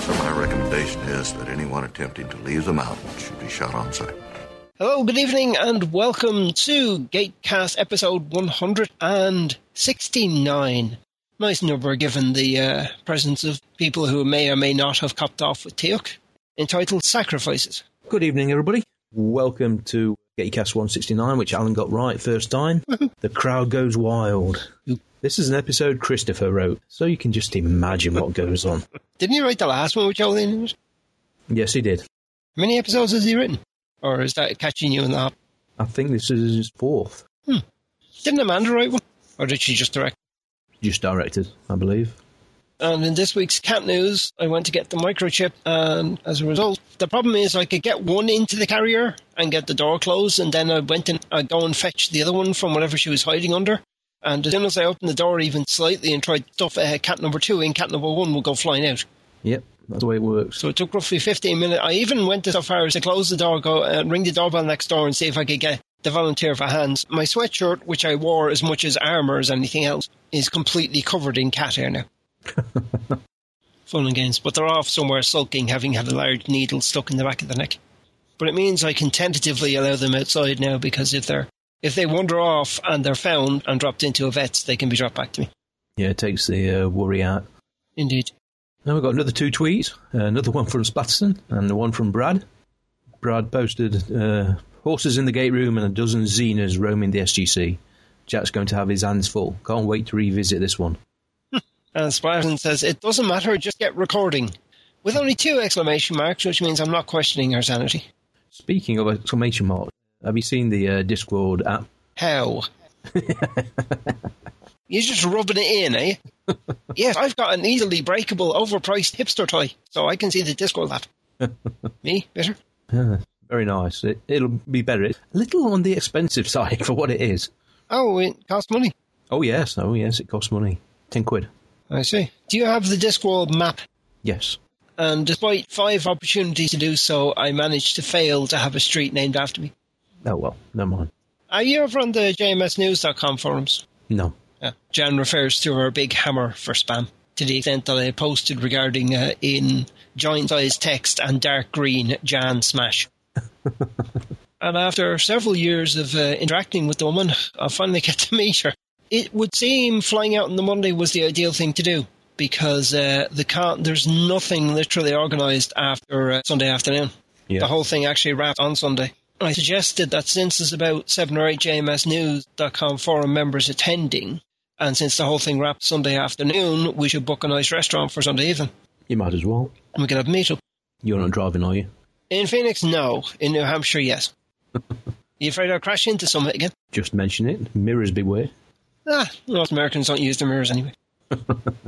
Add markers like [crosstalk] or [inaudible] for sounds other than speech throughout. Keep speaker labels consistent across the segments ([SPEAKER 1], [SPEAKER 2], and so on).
[SPEAKER 1] so my recommendation is that anyone attempting to leave the mountain should be shot on sight.
[SPEAKER 2] Hello, good evening, and welcome to Gatecast episode 169. Nice number given the uh, presence of people who may or may not have copped off with Teok, entitled Sacrifices.
[SPEAKER 3] Good evening, everybody. Welcome to Gatecast 169, which Alan got right first time. the crowd goes wild. This is an episode Christopher wrote, so you can just imagine what goes on.
[SPEAKER 2] Didn't he write the last one with Jolene? How
[SPEAKER 3] Yes, he did.
[SPEAKER 2] many episodes has he written? Or is that catching you in the hop? Hmm.
[SPEAKER 3] I think this is his fourth,
[SPEAKER 2] Didn't Amanda write one? Or did she just direct?
[SPEAKER 3] just directed, I believe.
[SPEAKER 2] And Um, in this week's cat news, I went to get the microchip, and as a result, the problem is I could get one into the carrier and get the door closed, and then I went and I'd go and fetch the other one from whatever she was hiding under. And as soon as I opened the door even slightly and tried to stuff uh, cat number two in, cat number one would go flying out.
[SPEAKER 3] Yep, that's the way it works.
[SPEAKER 2] So it took roughly 15 minutes. I even went so far as to close the door, go and ring the doorbell next door and see if I could get the volunteer for hands. My sweatshirt, which I wore as much as armour as anything else, is completely covered in cat hair now. Fun and games, but they're off somewhere sulking, having had a large needle stuck in the back of the neck. But it means I can tentatively allow them outside now because if they're if they wander off and they're found and dropped into a vet's, they can be dropped back to me.
[SPEAKER 3] Yeah, it takes the uh, worry out.
[SPEAKER 2] Indeed.
[SPEAKER 3] Now we've got another two tweets, Uh, another one from Spatterson and the one from Brad. Brad posted uh, horses in the gate room and a dozen Xenas roaming the SGC. Jack's going to have his hands full. Can't wait to revisit this one.
[SPEAKER 2] And Spartan says, It doesn't matter, just get recording. With only two exclamation marks, which means I'm not questioning her sanity.
[SPEAKER 3] Speaking of exclamation mark, have you seen the uh, Discord app?
[SPEAKER 2] How? You're just rubbing it in, eh? yes, I've got an easily breakable, overpriced hipster toy, so I can see the Discord app.
[SPEAKER 3] [laughs]
[SPEAKER 2] Me? Bitter?
[SPEAKER 3] Very nice. It, it'll be better. It's a little on the expensive [laughs] side for what it is.
[SPEAKER 2] Oh, it costs money.
[SPEAKER 3] Oh yes, oh yes, it costs money. Ten quid.
[SPEAKER 2] I see. Do you have the Discworld map?
[SPEAKER 3] Yes.
[SPEAKER 2] And Um, despite five opportunities to do so, I managed to fail to have a street named after me.
[SPEAKER 3] Oh well, never mind.
[SPEAKER 2] Are you over on the jmsnews.com forums?
[SPEAKER 3] No.
[SPEAKER 2] Yeah. Jan Uh, refers to her big hammer for spam to the extent that I posted regarding uh, in giant sized text and dark green Jan smash. and after several years of uh, interacting with the woman, I finally get to meet her. It would seem flying out on the Monday was the ideal thing to do because uh, the con- there's nothing literally organised after uh, Sunday afternoon.
[SPEAKER 3] Yeah.
[SPEAKER 2] The whole thing actually wrapped on Sunday. I suggested that since there's about seven or eight JMSnews.com forum members attending, and since the whole thing wrapped Sunday afternoon, we should book a nice restaurant for Sunday evening.
[SPEAKER 3] You might as well.
[SPEAKER 2] And we could have a meetup.
[SPEAKER 3] You're not driving, are you?
[SPEAKER 2] In Phoenix, no. In New
[SPEAKER 3] [laughs]
[SPEAKER 2] Hampshire, yes. you afraid I'll crash into something again?
[SPEAKER 3] Just mention it. Mirrors beware.
[SPEAKER 2] Ah, North Americans don't use their mirrors anyway.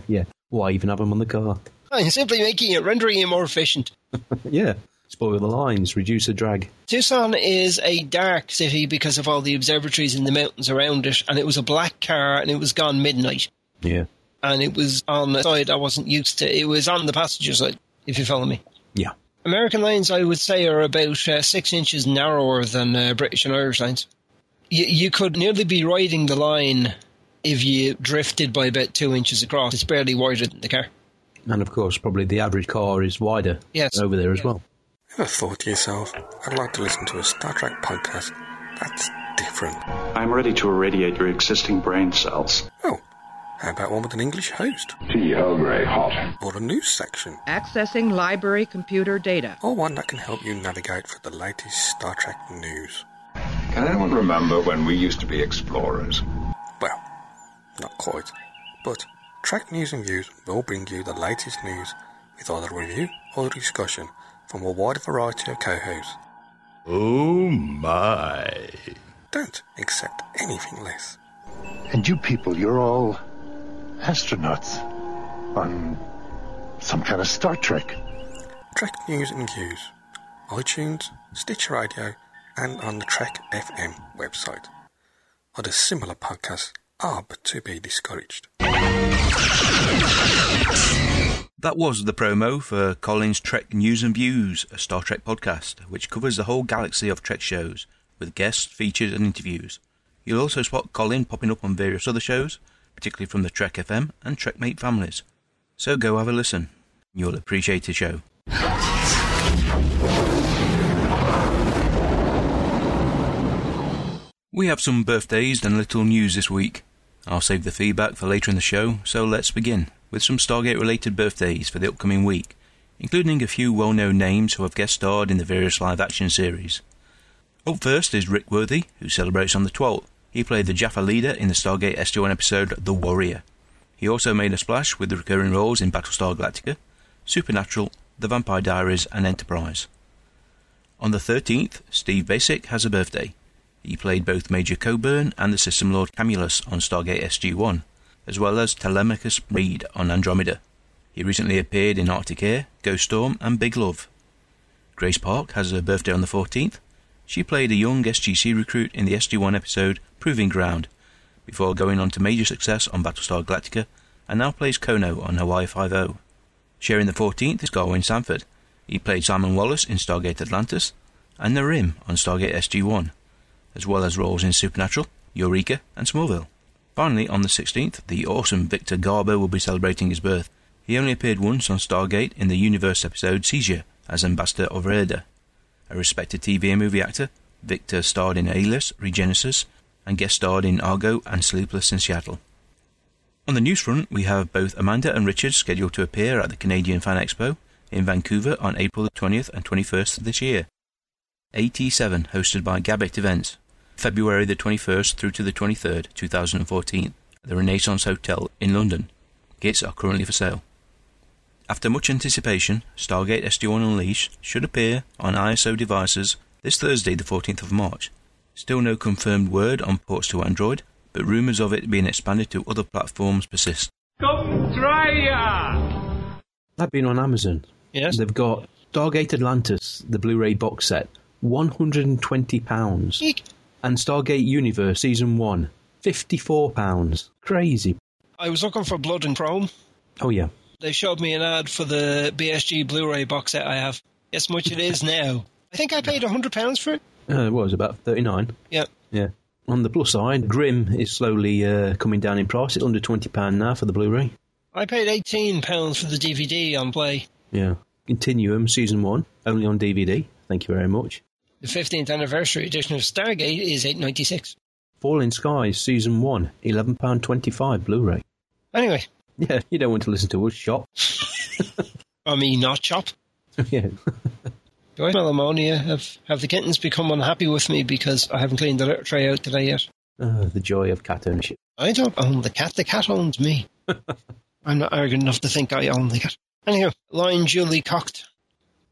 [SPEAKER 3] Yeah. Why even have them on the car?
[SPEAKER 2] I'm simply making it, rendering it more efficient.
[SPEAKER 3] [laughs] Yeah. Spoil the lines. Reduce the drag.
[SPEAKER 2] Tucson is a dark city because of all the observatories in the mountains around it, and it was a black car and it was gone midnight.
[SPEAKER 3] Yeah.
[SPEAKER 2] And it was on the side I wasn't used to. It was on the passenger side, if you follow me.
[SPEAKER 3] Yeah.
[SPEAKER 2] American lines, I would say, are about uh, six inches narrower than uh, British and Irish lines. You, you could nearly be riding the line if you drifted by about two inches across. It's barely wider than the car.
[SPEAKER 3] And of course, probably the average car is wider
[SPEAKER 2] Yes.
[SPEAKER 3] over there as well.
[SPEAKER 4] Ever thought to yourself, I'd like to listen to a Star Trek podcast? That's different.
[SPEAKER 5] I'm ready to irradiate your existing brain cells.
[SPEAKER 4] Oh, how about one with an English host?
[SPEAKER 6] Tea, hungry, hot.
[SPEAKER 4] Or a news section?
[SPEAKER 7] Accessing library computer data.
[SPEAKER 4] Or one that can help you navigate for the latest Star Trek news?
[SPEAKER 6] Can anyone remember when we used to be explorers?
[SPEAKER 4] Well, not quite. But Trek News and Views will bring you the latest news with either review or discussion from a wide variety of co hosts.
[SPEAKER 1] Oh my.
[SPEAKER 4] Don't accept anything less.
[SPEAKER 8] And you people, you're all astronauts on some kind of Star Trek.
[SPEAKER 4] Trek News and Views, iTunes, Stitcher Radio, and on the Trek FM website. Other similar podcasts are but to be discouraged.
[SPEAKER 3] That was the promo for Colin's Trek News and Views, a Star Trek podcast, which covers the whole galaxy of Trek shows, with guests, features, and interviews. You'll also spot Colin popping up on various other shows, particularly from the Trek FM and Trekmate families. So go have a listen. You'll appreciate the show. We have some birthdays and little news this week. I'll save the feedback for later in the show, so let's begin with some Stargate related birthdays for the upcoming week, including a few well known names who have guest starred in the various live action series. Up first is Rick Worthy, who celebrates on the 12th. He played the Jaffa leader in the Stargate SG1 episode The Warrior. He also made a splash with the recurring roles in Battlestar Galactica, Supernatural, The Vampire Diaries, and Enterprise. On the 13th, Steve Basic has a birthday. He played both Major Coburn and the System Lord Camulus on Stargate SG-1, as well as Telemachus Reed on Andromeda. He recently appeared in Arctic Air, Ghost Storm, and Big Love. Grace Park has her birthday on the 14th. She played a young SGC recruit in the SG-1 episode Proving Ground, before going on to major success on Battlestar Galactica, and now plays Kono on Hawaii Five-O. Sharing the 14th is Garwin Sanford. He played Simon Wallace in Stargate Atlantis, and Narim on Stargate SG-1 as well as roles in Supernatural, Eureka, and Smallville. Finally, on the 16th, the awesome Victor Garber will be celebrating his birth. He only appeared once on Stargate in the Universe episode Seizure as Ambassador of Reda. A respected TV and movie actor, Victor starred in Alias, Regenesis, and guest starred in Argo and Sleepless in Seattle. On the news front, we have both Amanda and Richard scheduled to appear at the Canadian Fan Expo in Vancouver on April the 20th and 21st of this year. AT7, hosted by Gabbett Events, February the 21st through to the 23rd, 2014, at the Renaissance Hotel in London. Gates are currently for sale. After much anticipation, Stargate SG-1 Unleashed should appear on ISO devices this Thursday the 14th of March. Still no confirmed word on ports to Android, but rumours of it being expanded to other platforms persist.
[SPEAKER 9] Come try ya!
[SPEAKER 10] That being on Amazon,
[SPEAKER 2] Yes.
[SPEAKER 10] they've got Stargate Atlantis, the Blu-ray box set, one hundred and twenty pounds,
[SPEAKER 2] Eek.
[SPEAKER 10] and Stargate Universe season one, fifty-four pounds. Crazy.
[SPEAKER 2] I was looking for Blood and Chrome.
[SPEAKER 10] Oh yeah.
[SPEAKER 2] They showed me an ad for the BSG Blu-ray box set I have. Guess how much it is now. I think I paid £100 for it.
[SPEAKER 10] Uh, what was it, about thirty-nine?
[SPEAKER 2] Yeah.
[SPEAKER 10] Yeah. On the plus side, Grim is slowly uh, coming down in price. It's under twenty pound now for the Blu-ray.
[SPEAKER 2] I paid £18 for the DVD on Play.
[SPEAKER 10] Yeah. Continuum season one only on DVD. Thank you very much.
[SPEAKER 2] The 15th anniversary edition of Stargate is 896
[SPEAKER 10] Falling Skies season one, eleven pound twenty-five Blu-ray.
[SPEAKER 2] Anyway,
[SPEAKER 10] Yeah, you don't want to listen to us shop.
[SPEAKER 2] I mean, not shop.
[SPEAKER 10] [laughs] yeah.
[SPEAKER 2] Do I smell ammonia? Have, have the kittens become unhappy with me because I haven't cleaned the litter tray out today yet?
[SPEAKER 10] Ah, the joy of cat ownership.
[SPEAKER 2] I don't own the cat. The cat
[SPEAKER 10] [laughs]
[SPEAKER 2] owns me. I'm not arrogant enough to think I own the cat. Anyhow, line Julie cocked.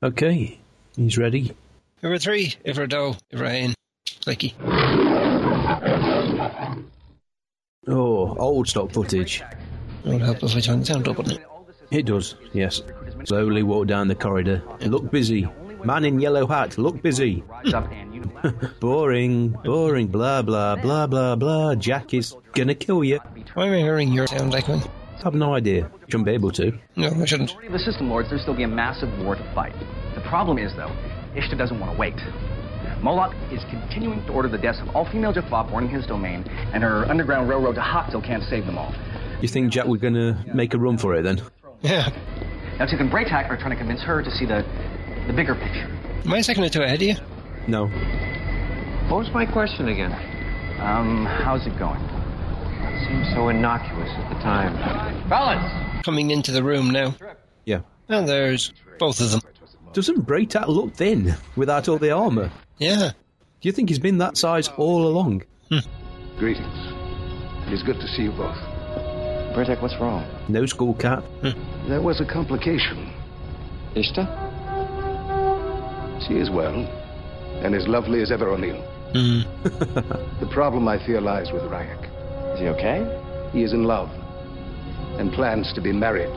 [SPEAKER 10] Okay, he's ready.
[SPEAKER 2] Ever three, ever dough, ever rain. Clicky.
[SPEAKER 10] Oh, old stock footage.
[SPEAKER 2] It would help if I turned the sound up, wouldn't it?
[SPEAKER 10] It does, yes. Slowly walk down the corridor. Look busy. Man in yellow hat, look busy. [laughs] boring, boring, blah, blah, blah, blah, blah. Jack is gonna kill you.
[SPEAKER 2] Why am I hearing your sound like one?
[SPEAKER 10] I've no idea. Shouldn't be able to.
[SPEAKER 2] No, I shouldn't.
[SPEAKER 11] majority of the system lords, there'll still be a massive war to fight. The problem is, though, Ishtar doesn't want to wait. Moloch is continuing to order the deaths of all female Jaffa born in his domain, and her underground railroad to Hotzil can't save them all.
[SPEAKER 10] You think Jack were gonna make a run for it then?
[SPEAKER 2] Yeah.
[SPEAKER 11] Now, Tooth and Braytac are trying to convince her to see the, the bigger picture.
[SPEAKER 2] Am I a second or two ahead of you?
[SPEAKER 10] No.
[SPEAKER 11] What was my question again? Um, how's it going? Seems so innocuous at the time. Balance!
[SPEAKER 2] Coming into the room now.
[SPEAKER 10] Yeah.
[SPEAKER 2] And there's both of them.
[SPEAKER 10] Doesn't Braytac look thin without all the armour?
[SPEAKER 2] Yeah.
[SPEAKER 10] Do you think he's been that size all along?
[SPEAKER 6] Greetings. It is good to see you both.
[SPEAKER 11] Braytac, what's wrong?
[SPEAKER 10] No school cap.
[SPEAKER 6] There was a complication.
[SPEAKER 11] Ishtar?
[SPEAKER 6] She is well, and as lovely as ever, O'Neill.
[SPEAKER 2] Mm.
[SPEAKER 6] The problem, I fear, lies with Ryak.
[SPEAKER 11] Is he okay?
[SPEAKER 6] He is in love and plans to be married.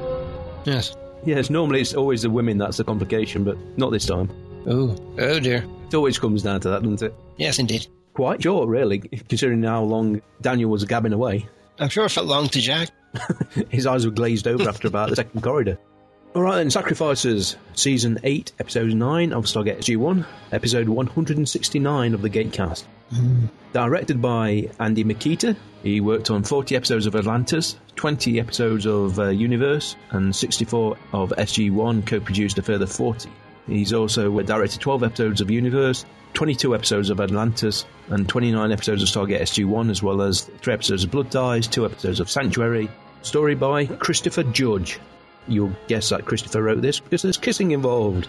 [SPEAKER 2] Yes.
[SPEAKER 3] Yes, normally it's always the women that's the complication, but not this time.
[SPEAKER 2] Oh, oh dear.
[SPEAKER 3] It always comes down to that, doesn't it?
[SPEAKER 2] Yes, indeed.
[SPEAKER 3] Quite sure, really, considering how long Daniel was gabbing away.
[SPEAKER 2] I'm sure it felt long to Jack.
[SPEAKER 3] [laughs] His eyes were glazed over after about the second corridor. All right, then, Sacrifices, Season 8, Episode 9 of Stargate G1, Episode 169 of the Gatecast.
[SPEAKER 2] Mm.
[SPEAKER 3] Directed by Andy Makita, he worked on 40 episodes of Atlantis, 20 episodes of uh, Universe, and 64 of SG1, co produced a further 40. He's also uh, directed 12 episodes of Universe, 22 episodes of Atlantis, and 29 episodes of Stargate SG1, as well as 3 episodes of Blood Ties, 2 episodes of Sanctuary. Story by Christopher Judge. You'll guess that Christopher wrote this because there's kissing involved.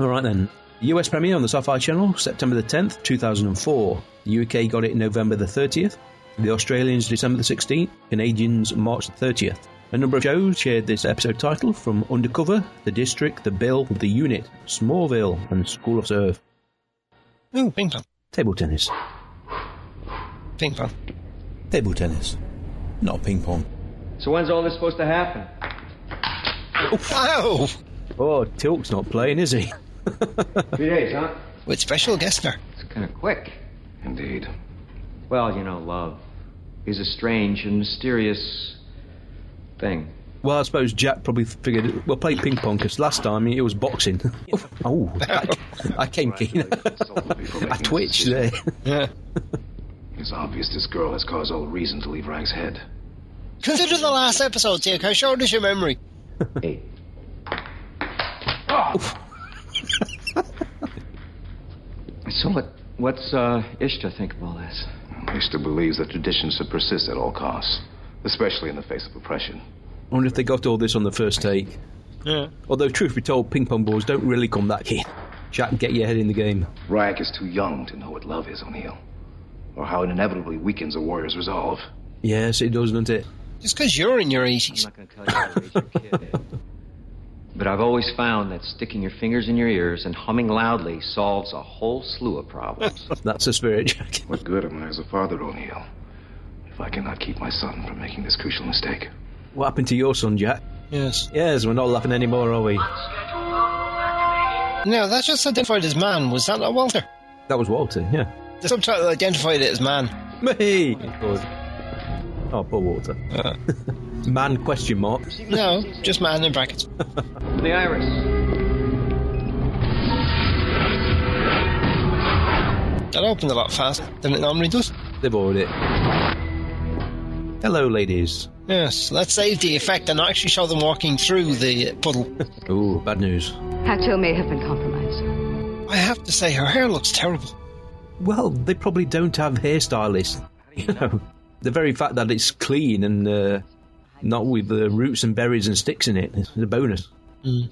[SPEAKER 3] All right then. US premiere on the Sci Fi Channel September the 10th, 2004. The UK got it November the 30th. The Australians December the 16th. Canadians March the 30th. A number of shows shared this episode title from Undercover, The District, The Bill, The Unit, Smallville, and School of Surf.
[SPEAKER 2] Ooh, ping pong.
[SPEAKER 3] Table tennis.
[SPEAKER 2] Ping pong.
[SPEAKER 3] Table tennis. Not ping pong.
[SPEAKER 11] [laughs] So when's all this supposed to
[SPEAKER 2] [laughs]
[SPEAKER 11] happen?
[SPEAKER 2] Ow!
[SPEAKER 3] Oh, Tilk's not playing, is he?
[SPEAKER 11] Three days, huh?
[SPEAKER 2] With special guest star.
[SPEAKER 11] It's kind of quick.
[SPEAKER 8] Indeed.
[SPEAKER 11] Well, you know, love is a strange and mysterious thing.
[SPEAKER 3] Well, I suppose Jack probably figured we'll play ping pong because last time it was
[SPEAKER 2] [laughs]
[SPEAKER 3] boxing. [laughs] oh, that, that came keen. [laughs] I twitched there.
[SPEAKER 2] Yeah.
[SPEAKER 8] It's obvious this girl has caused all reason to leave Rank's head.
[SPEAKER 2] Consider the last episode, Dick. How short is your memory?
[SPEAKER 11] Eight.
[SPEAKER 2] Oh!
[SPEAKER 11] so what? What's uh, Ishta think of all this?
[SPEAKER 8] Ishta believes that traditions should persist at all costs, especially in the face of oppression.
[SPEAKER 3] I wonder if they got all this on the first take.
[SPEAKER 2] Yeah.
[SPEAKER 3] Although, truth be told, ping pong balls don't really come that keen. Jack, get your head in the game.
[SPEAKER 8] Ryak is too young to know what love is, O'Neill, or how it inevitably weakens a warrior's resolve.
[SPEAKER 3] Yes, it does, doesn't it?
[SPEAKER 2] Just because you're in your 80s.
[SPEAKER 11] I'm not going to tell you how to raise your kid. but I've always found that sticking your fingers in your ears and humming loudly solves a whole slew of
[SPEAKER 3] [laughs]
[SPEAKER 11] problems.
[SPEAKER 3] That's the spirit, Jack.
[SPEAKER 8] What good am I as a father, O'Neill, if I cannot keep my son from making this crucial mistake?
[SPEAKER 3] What happened to your son, Jack?
[SPEAKER 2] Yes.
[SPEAKER 3] Yes, we're not laughing anymore, are we?
[SPEAKER 2] No, that's just identified as man. Was that not Walter?
[SPEAKER 3] That was Walter, yeah.
[SPEAKER 2] The subtitle identified it as man.
[SPEAKER 3] Me! Oh, poor Walter.
[SPEAKER 2] Uh,
[SPEAKER 3] [laughs] Man question mark.
[SPEAKER 2] no, just man in brackets.
[SPEAKER 11] the iris.
[SPEAKER 2] That opened a lot faster than it normally does.
[SPEAKER 3] They've ordered it. Hello, ladies.
[SPEAKER 2] Yes, let's save the effect and not actually show them walking through the puddle.
[SPEAKER 3] [laughs] Ooh, bad news.
[SPEAKER 12] Hacto may have been compromised.
[SPEAKER 2] I have to say, her hair looks terrible.
[SPEAKER 3] Well, they probably don't have hairstylists. [laughs] You know, the very fact that it's clean and uh, not with the roots and berries and sticks in it is a bonus.
[SPEAKER 11] Mm.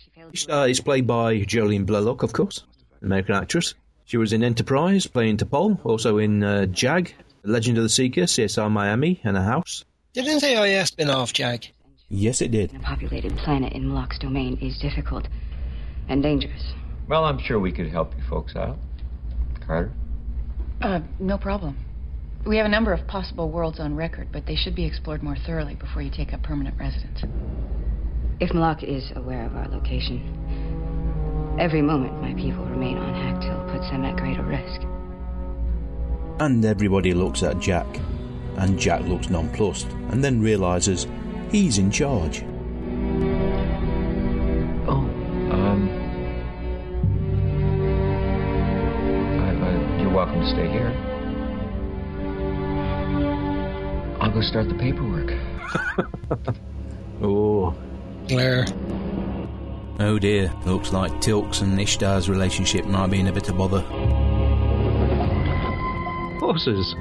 [SPEAKER 3] Uh, it's played by Jolene Blalock, of course, American actress. She was in Enterprise, playing T'Pol, also in uh, Jag, Legend of the Seeker, CSI Miami, and A House.
[SPEAKER 2] Didn't AIS spin off, Jag?
[SPEAKER 3] Yes, it did.
[SPEAKER 12] A populated planet in Locke's domain is difficult and dangerous.
[SPEAKER 11] Well, I'm sure we could help you folks out. Carter?
[SPEAKER 13] Uh, no problem. We have a number of possible worlds on record, but they should be explored more thoroughly before you take up permanent residence.
[SPEAKER 12] If Malak is aware of our location, every moment my people remain on Hacktill puts them at greater risk.
[SPEAKER 14] And everybody looks at Jack, and Jack looks nonplussed, and then realizes he's in charge.
[SPEAKER 11] Oh, um. I, I, you're welcome to stay here. I'll go start the paperwork. [laughs]
[SPEAKER 3] Oh,
[SPEAKER 2] Glare.
[SPEAKER 14] Oh dear, looks like Tilk's and Ishtar's relationship might be in a bit of bother.
[SPEAKER 3] horses.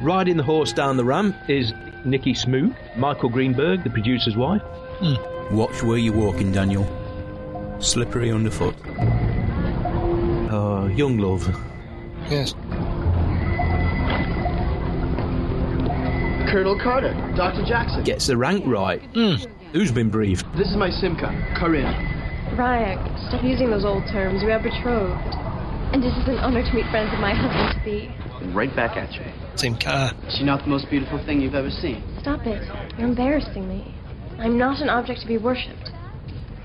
[SPEAKER 3] Riding the horse down the ramp is Nikki Smook, Michael Greenberg, the producer's wife.
[SPEAKER 2] Hmm.
[SPEAKER 14] Watch where you're walking, Daniel. Slippery underfoot.
[SPEAKER 3] Uh, young love.
[SPEAKER 2] Yes.
[SPEAKER 15] Colonel Carter, Dr. Jackson.
[SPEAKER 3] Gets the rank right. Who's been briefed?
[SPEAKER 15] This is my Simca, Corinne.
[SPEAKER 16] Ryak, stop using those old terms. We are betrothed. And it is an honor to meet friends of my husband to be.
[SPEAKER 15] Right back at you.
[SPEAKER 2] Same car.
[SPEAKER 15] She not the most beautiful thing you've ever seen.
[SPEAKER 16] Stop it. You're embarrassing me. I'm not an object to be worshipped.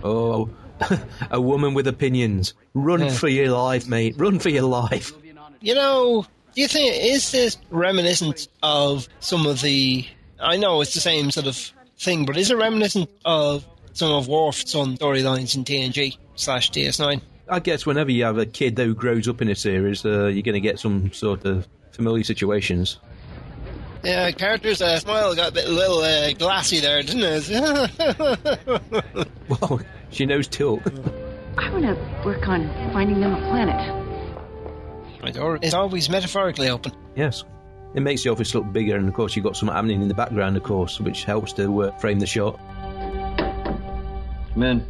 [SPEAKER 3] Oh, [laughs] a woman with opinions. Run
[SPEAKER 2] Yeah.
[SPEAKER 3] for your life, mate. Run for your life.
[SPEAKER 2] You know, do you think is this reminiscent of some of the? I know it's the same sort of thing, but is it reminiscent of some of Worf's on storylines in TNG slash DS9?
[SPEAKER 3] I guess whenever you have a kid who grows up in a series, uh, you're going to get some sort of familiar situations. [laughs]
[SPEAKER 2] Yeah, character's uh, smile got a bit a little uh, glassy there, didn't it? [laughs]
[SPEAKER 3] Well, she knows Tilt.
[SPEAKER 13] I want to work on finding them a planet.
[SPEAKER 2] My door is always metaphorically open.
[SPEAKER 3] Yes. It makes the office look bigger, and of course, you've got some happening in the background, of course, which helps to uh, frame the shot.
[SPEAKER 11] Come
[SPEAKER 3] [laughs]
[SPEAKER 11] in.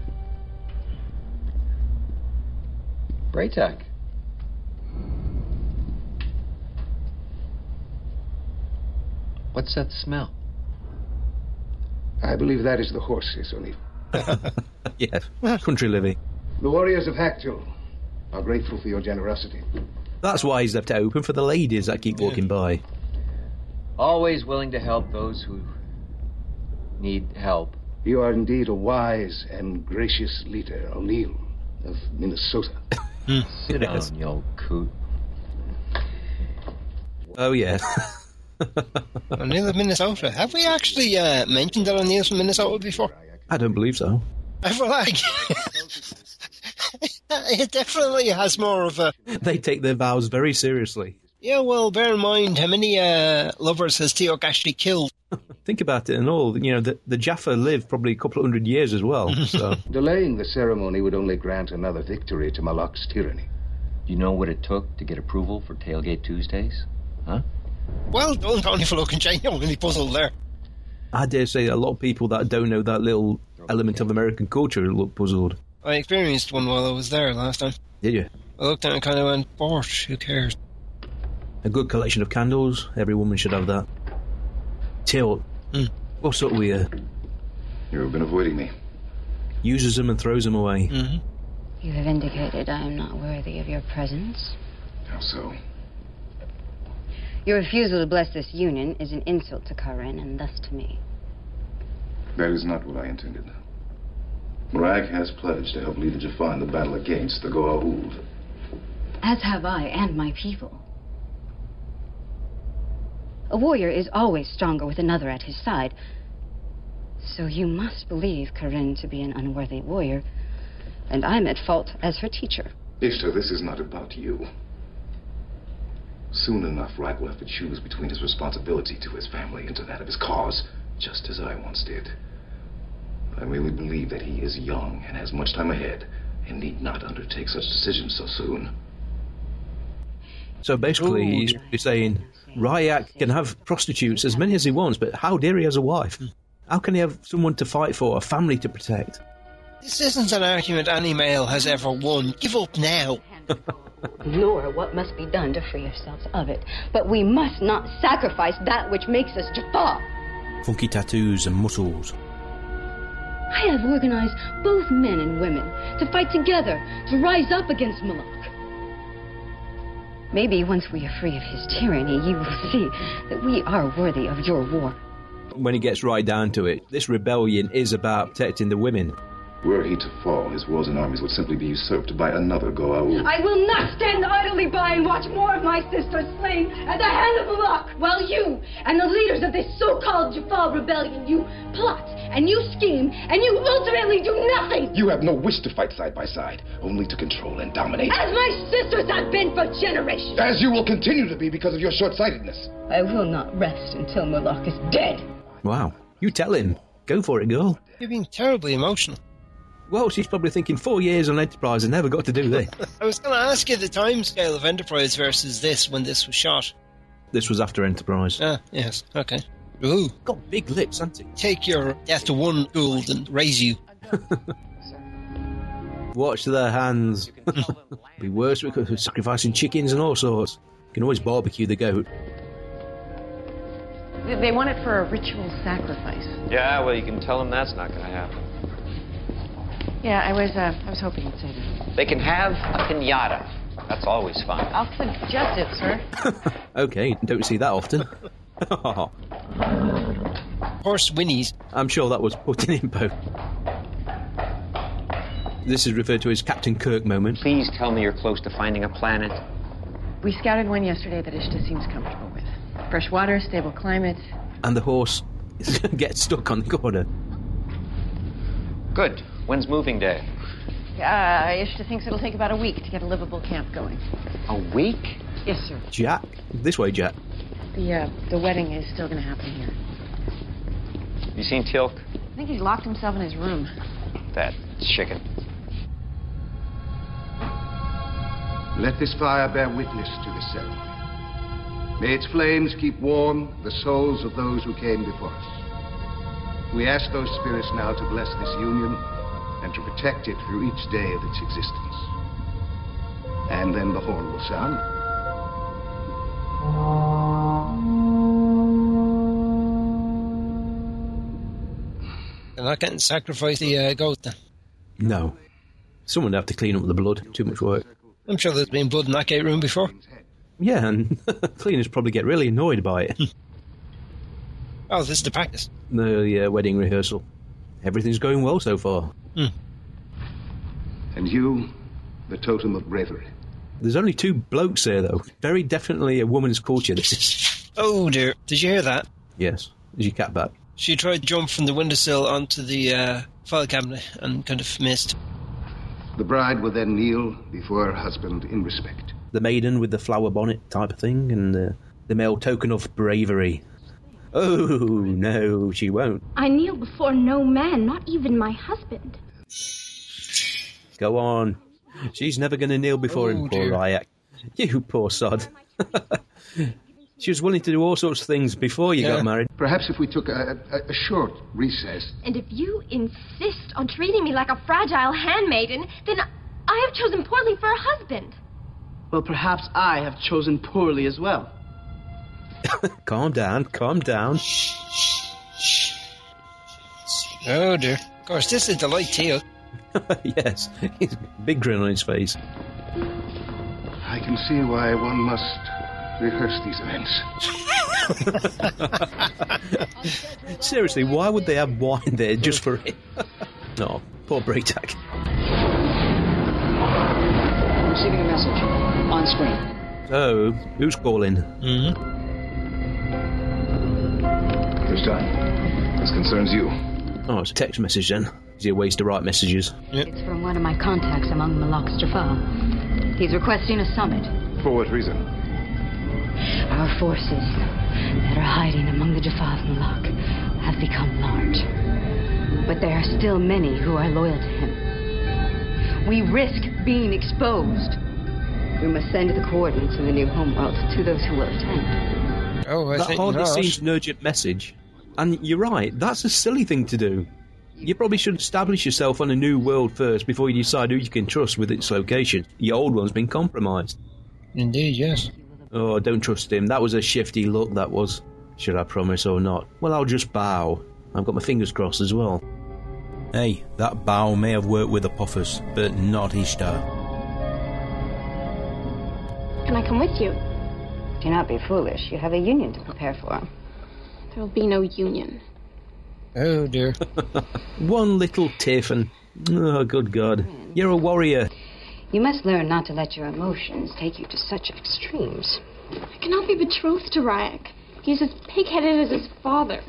[SPEAKER 11] Braytech. What's that smell?
[SPEAKER 6] I believe that is the horses, O'Neill.
[SPEAKER 3] yeah, country living.
[SPEAKER 6] The warriors of Hactul are grateful for your generosity.
[SPEAKER 3] That's why he's left it open for the ladies that keep walking by.
[SPEAKER 11] Always willing to help those who need help.
[SPEAKER 6] You are indeed a wise and gracious leader, O'Neill of Minnesota.
[SPEAKER 11] Sit down, you old coot.
[SPEAKER 3] Oh, yeah. [laughs]
[SPEAKER 2] O'Neill of Minnesota. Have we actually uh, mentioned that O'Neill's from Minnesota before?
[SPEAKER 3] I don't believe
[SPEAKER 2] [laughs]
[SPEAKER 3] so.
[SPEAKER 2] I feel like [laughs] it definitely has more of a.
[SPEAKER 3] [laughs] They take their vows very seriously.
[SPEAKER 2] Yeah, well, bear in mind how many uh, lovers has Teok actually killed.
[SPEAKER 3] [laughs] Think about it and all. You know, the, the Jaffa lived probably a couple of hundred years as well. So.
[SPEAKER 6] Delaying the ceremony would only grant another victory to Malak's tyranny.
[SPEAKER 11] You know what it took to get approval for Tailgate Tuesdays? Huh?
[SPEAKER 2] Well done, Tony, for looking Jane. You're really puzzled there.
[SPEAKER 3] I dare say a lot of people that don't know that little element of American culture look puzzled.
[SPEAKER 2] I experienced one while I was there last time.
[SPEAKER 3] Did you?
[SPEAKER 2] I looked at it and kind of went, Bosh, who cares?
[SPEAKER 3] A good collection of candles. Every woman should have that. Tilt. What's up with you?
[SPEAKER 6] You've been avoiding me.
[SPEAKER 3] Uses them and throws them away.
[SPEAKER 12] You have indicated I am not worthy of your presence.
[SPEAKER 6] How so?
[SPEAKER 12] Your refusal to bless this union is an insult to Karin and thus to me.
[SPEAKER 1] That is not what I intended. Marag has pledged to help lead the Jaffa in the battle against the Goa'uld.
[SPEAKER 12] As have I and my people. A warrior is always stronger with another at his side. So you must believe Karin to be an unworthy warrior, and I'm at fault as her teacher.
[SPEAKER 1] Ishtar, this is not about you. Soon enough, Rack will have to choose between his responsibility to his family and to that of his cause, just as I once did. I merely believe that he is young and has much time ahead and need not undertake such decisions so soon.
[SPEAKER 3] So basically, he's he's saying Ryak can have prostitutes as many as he wants, but how dare he has a wife? How can he have someone to fight for, a family to protect?
[SPEAKER 2] This isn't an argument any male has ever won. Give up now. [laughs]
[SPEAKER 12] Nor what must be done to free ourselves of it. But we must not sacrifice that which makes us Jaffa.
[SPEAKER 14] Funky tattoos and muscles.
[SPEAKER 12] I have organized both men and women to fight together, to rise up against Malak. Maybe once we are free of his tyranny, you will [laughs] see that we are worthy of your war.
[SPEAKER 3] When it gets right down to it, this rebellion is about protecting the women.
[SPEAKER 1] Were he to fall, his walls and armies would simply be usurped by another Goa'uld.
[SPEAKER 17] I will not stand idly by and watch more of my sisters slain at the hand of Malak, while you and the leaders of this so-called Jafar rebellion, you plot and you scheme and you ultimately do nothing.
[SPEAKER 1] You have no wish to fight side by side, only to control and dominate.
[SPEAKER 17] As my sisters have been for generations.
[SPEAKER 1] As you will continue to be because of your short sightedness.
[SPEAKER 12] I will not rest until Malak is dead.
[SPEAKER 3] Wow. You tell him. Go for it, girl.
[SPEAKER 2] You're being terribly emotional.
[SPEAKER 3] Well, she's probably thinking four years on Enterprise and never got to do
[SPEAKER 2] [laughs]
[SPEAKER 3] this.
[SPEAKER 2] I was going to ask you the time scale of Enterprise versus this when this was shot.
[SPEAKER 3] this was after Enterprise.
[SPEAKER 2] Ah, yes, okay. Ooh.
[SPEAKER 3] Got big lips, hasn't he?
[SPEAKER 2] Take your death to one gold and raise you.
[SPEAKER 3] Watch their hands. [laughs] Be worse because of sacrificing chickens and all sorts. You can always barbecue the goat.
[SPEAKER 18] They they want it for a ritual sacrifice.
[SPEAKER 11] Yeah, well, you can tell them that's not going to happen.
[SPEAKER 18] Yeah, I was, uh, I was hoping you'd say that.
[SPEAKER 11] They can have a pinata. That's always fun.
[SPEAKER 18] I'll suggest it, sir.
[SPEAKER 3] Okay, don't see that often.
[SPEAKER 2] Horse whinnies.
[SPEAKER 3] I'm sure that was putting in both. This is referred to as Captain Kirk moment.
[SPEAKER 11] Please tell me you're close to finding a planet.
[SPEAKER 18] We scouted one yesterday that Ishta seems comfortable with. Fresh water, stable climate.
[SPEAKER 3] And the horse [laughs] gets stuck on the corner.
[SPEAKER 11] Good. When's moving day?
[SPEAKER 18] Uh, Ishta thinks it'll take about a week to get a livable camp going.
[SPEAKER 11] A week?
[SPEAKER 18] Yes, sir.
[SPEAKER 3] Jack, this way, Jack.
[SPEAKER 18] The uh, the wedding is still going to happen here.
[SPEAKER 11] You seen Tilk?
[SPEAKER 18] I think he's locked himself in his [sighs] room. [laughs]
[SPEAKER 11] That chicken.
[SPEAKER 6] Let this fire bear witness to this ceremony. May its flames keep warm the souls of those who came before us. We ask those spirits now to bless this union and to protect it through each day of its existence. And then the horn will sound.
[SPEAKER 2] They're not getting sacrificed the uh, goat then.
[SPEAKER 3] No. Someone would have to clean up the blood. Too much work.
[SPEAKER 2] I'm sure there's been blood in that gate room before.
[SPEAKER 3] Yeah, and [laughs] cleaners probably get really annoyed by it.
[SPEAKER 2] oh, this is the practice.
[SPEAKER 3] The uh, wedding rehearsal. Everything's going well so far.
[SPEAKER 2] Hmm.
[SPEAKER 6] And you, the totem of bravery.
[SPEAKER 3] There's only two blokes here, though. Very definitely a woman's culture, this is.
[SPEAKER 2] Oh, dear. Did you hear that?
[SPEAKER 3] Yes. Is your cat back?
[SPEAKER 2] She tried to jump from the windowsill onto the uh, file cabinet and kind of missed.
[SPEAKER 6] The bride will then kneel before her husband in respect.
[SPEAKER 3] The maiden with the flower bonnet type of thing and the, the male token of bravery. Oh, no, she won't.
[SPEAKER 17] I kneel before no man, not even my husband.
[SPEAKER 3] Go on. She's never going to kneel before
[SPEAKER 2] Oh,
[SPEAKER 3] him, poor
[SPEAKER 2] dear.
[SPEAKER 3] Ryak. You poor sod. [laughs] she was willing to do all sorts of things before you got married. [laughs]
[SPEAKER 6] Perhaps if we took a, a, a short recess.
[SPEAKER 17] And if you insist on treating me like a fragile handmaiden, then I have chosen poorly for a husband.
[SPEAKER 15] Well, perhaps I have chosen poorly as well.
[SPEAKER 3] Calm down, calm down.
[SPEAKER 2] Oh, dear. Of course, this is the light teal.
[SPEAKER 3] [laughs] yes, he's big grin on his face.
[SPEAKER 6] I can see why one must rehearse these events.
[SPEAKER 3] Seriously, why would they have wine there just for it? [laughs] No, poor Braytac.
[SPEAKER 19] Receiving a message. On screen.
[SPEAKER 3] So, who's calling? Mm-hmm.
[SPEAKER 1] Christian, this concerns you.
[SPEAKER 3] Oh, it's a text message then. Easier ways to write messages.
[SPEAKER 12] It's from one of my contacts among the Malak's Jaffa. He's requesting a summit.
[SPEAKER 1] For what reason?
[SPEAKER 12] Our forces that are hiding among the Jaffa of Malak have become large. But there are still many who are loyal to him. We risk being exposed. We must send the coordinates of the new homeworld to those who will attend.
[SPEAKER 2] Oh, I
[SPEAKER 3] that
[SPEAKER 2] think
[SPEAKER 3] hardly
[SPEAKER 2] not.
[SPEAKER 3] seems an urgent message. And you're right, that's a silly thing to do. You probably should establish yourself on a new world first before you decide who you can trust with its location. Your old one's been compromised.
[SPEAKER 2] Indeed, yes.
[SPEAKER 3] Oh, don't trust him. That was a shifty look, that was. Should I promise or not? Well, I'll just bow. I've got my fingers crossed as well. Hey, that bow may have worked with Apophis, but not Ishtar.
[SPEAKER 16] Can I come with you?
[SPEAKER 12] Do not be foolish. You have a union to prepare for.
[SPEAKER 16] There will be no union.
[SPEAKER 3] Oh dear. [laughs] One little tiff and. Oh, good God. You're a warrior.
[SPEAKER 12] You must learn not to let your emotions take you to such extremes.
[SPEAKER 16] I cannot be betrothed to Ryak. He's as pig-headed as his father.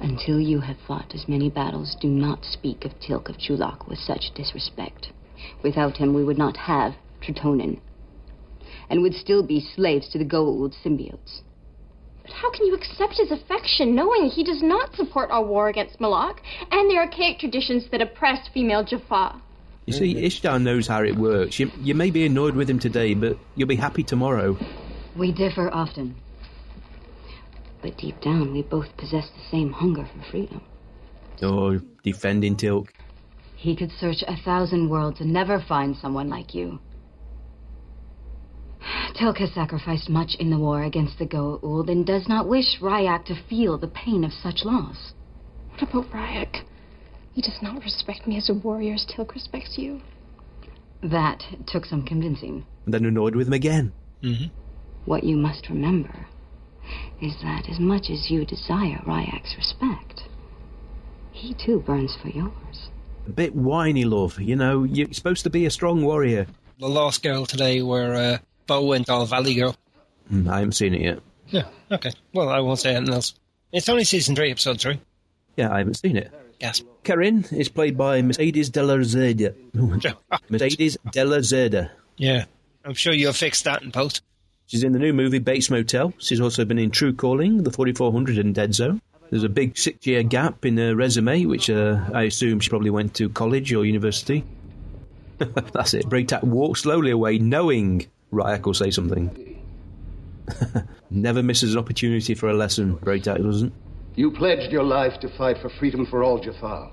[SPEAKER 12] Until you have fought as many battles, do not speak of Tilk of Chulak with such disrespect. Without him, we would not have Tritonin, and would still be slaves to the gold symbiotes.
[SPEAKER 16] But how can you accept his affection knowing he does not support our war against Malak and the archaic traditions that oppressed female Jaffa?
[SPEAKER 3] You see, Ishtar knows how it works. You, you may be annoyed with him today, but you'll be happy tomorrow.
[SPEAKER 12] We differ often, but deep down, we both possess the same hunger for freedom.
[SPEAKER 3] Oh, defending Tilk.
[SPEAKER 12] He could search a thousand worlds and never find someone like you. Tilk has sacrificed much in the war against the Goa'uld and does not wish Ryak to feel the pain of such loss.
[SPEAKER 16] What about Ryak? He does not respect me as a warrior as Tilk respects you.
[SPEAKER 12] That took some convincing.
[SPEAKER 3] And then annoyed with him again.
[SPEAKER 12] What you must remember is that as much as you desire Ryak's respect, he too burns for yours.
[SPEAKER 3] A bit whiny, love. You know, you're supposed to be a strong warrior.
[SPEAKER 2] The last girl today where uh, Bo went all Valley Girl.
[SPEAKER 3] Mm, I haven't seen it yet.
[SPEAKER 2] Yeah, okay. Well, I won't say anything else. It's only season three, episode three.
[SPEAKER 3] Yeah, I haven't seen it.
[SPEAKER 2] Yes.
[SPEAKER 3] Karin is played by Mercedes de la Zerda. Mercedes de la Zerda.
[SPEAKER 2] Yeah. I'm sure you'll fix that in post.
[SPEAKER 3] She's in the new movie Bates Motel. She's also been in True Calling, The 4400, and Dead Zone. There's a big six year gap in her resume, which uh, I assume she probably went to college or university. [laughs] That's it. Braytac walks slowly away, knowing Ryak will say something. [laughs] Never misses an opportunity for a lesson, Braytac doesn't.
[SPEAKER 6] You pledged your life to fight for freedom for all Jafar.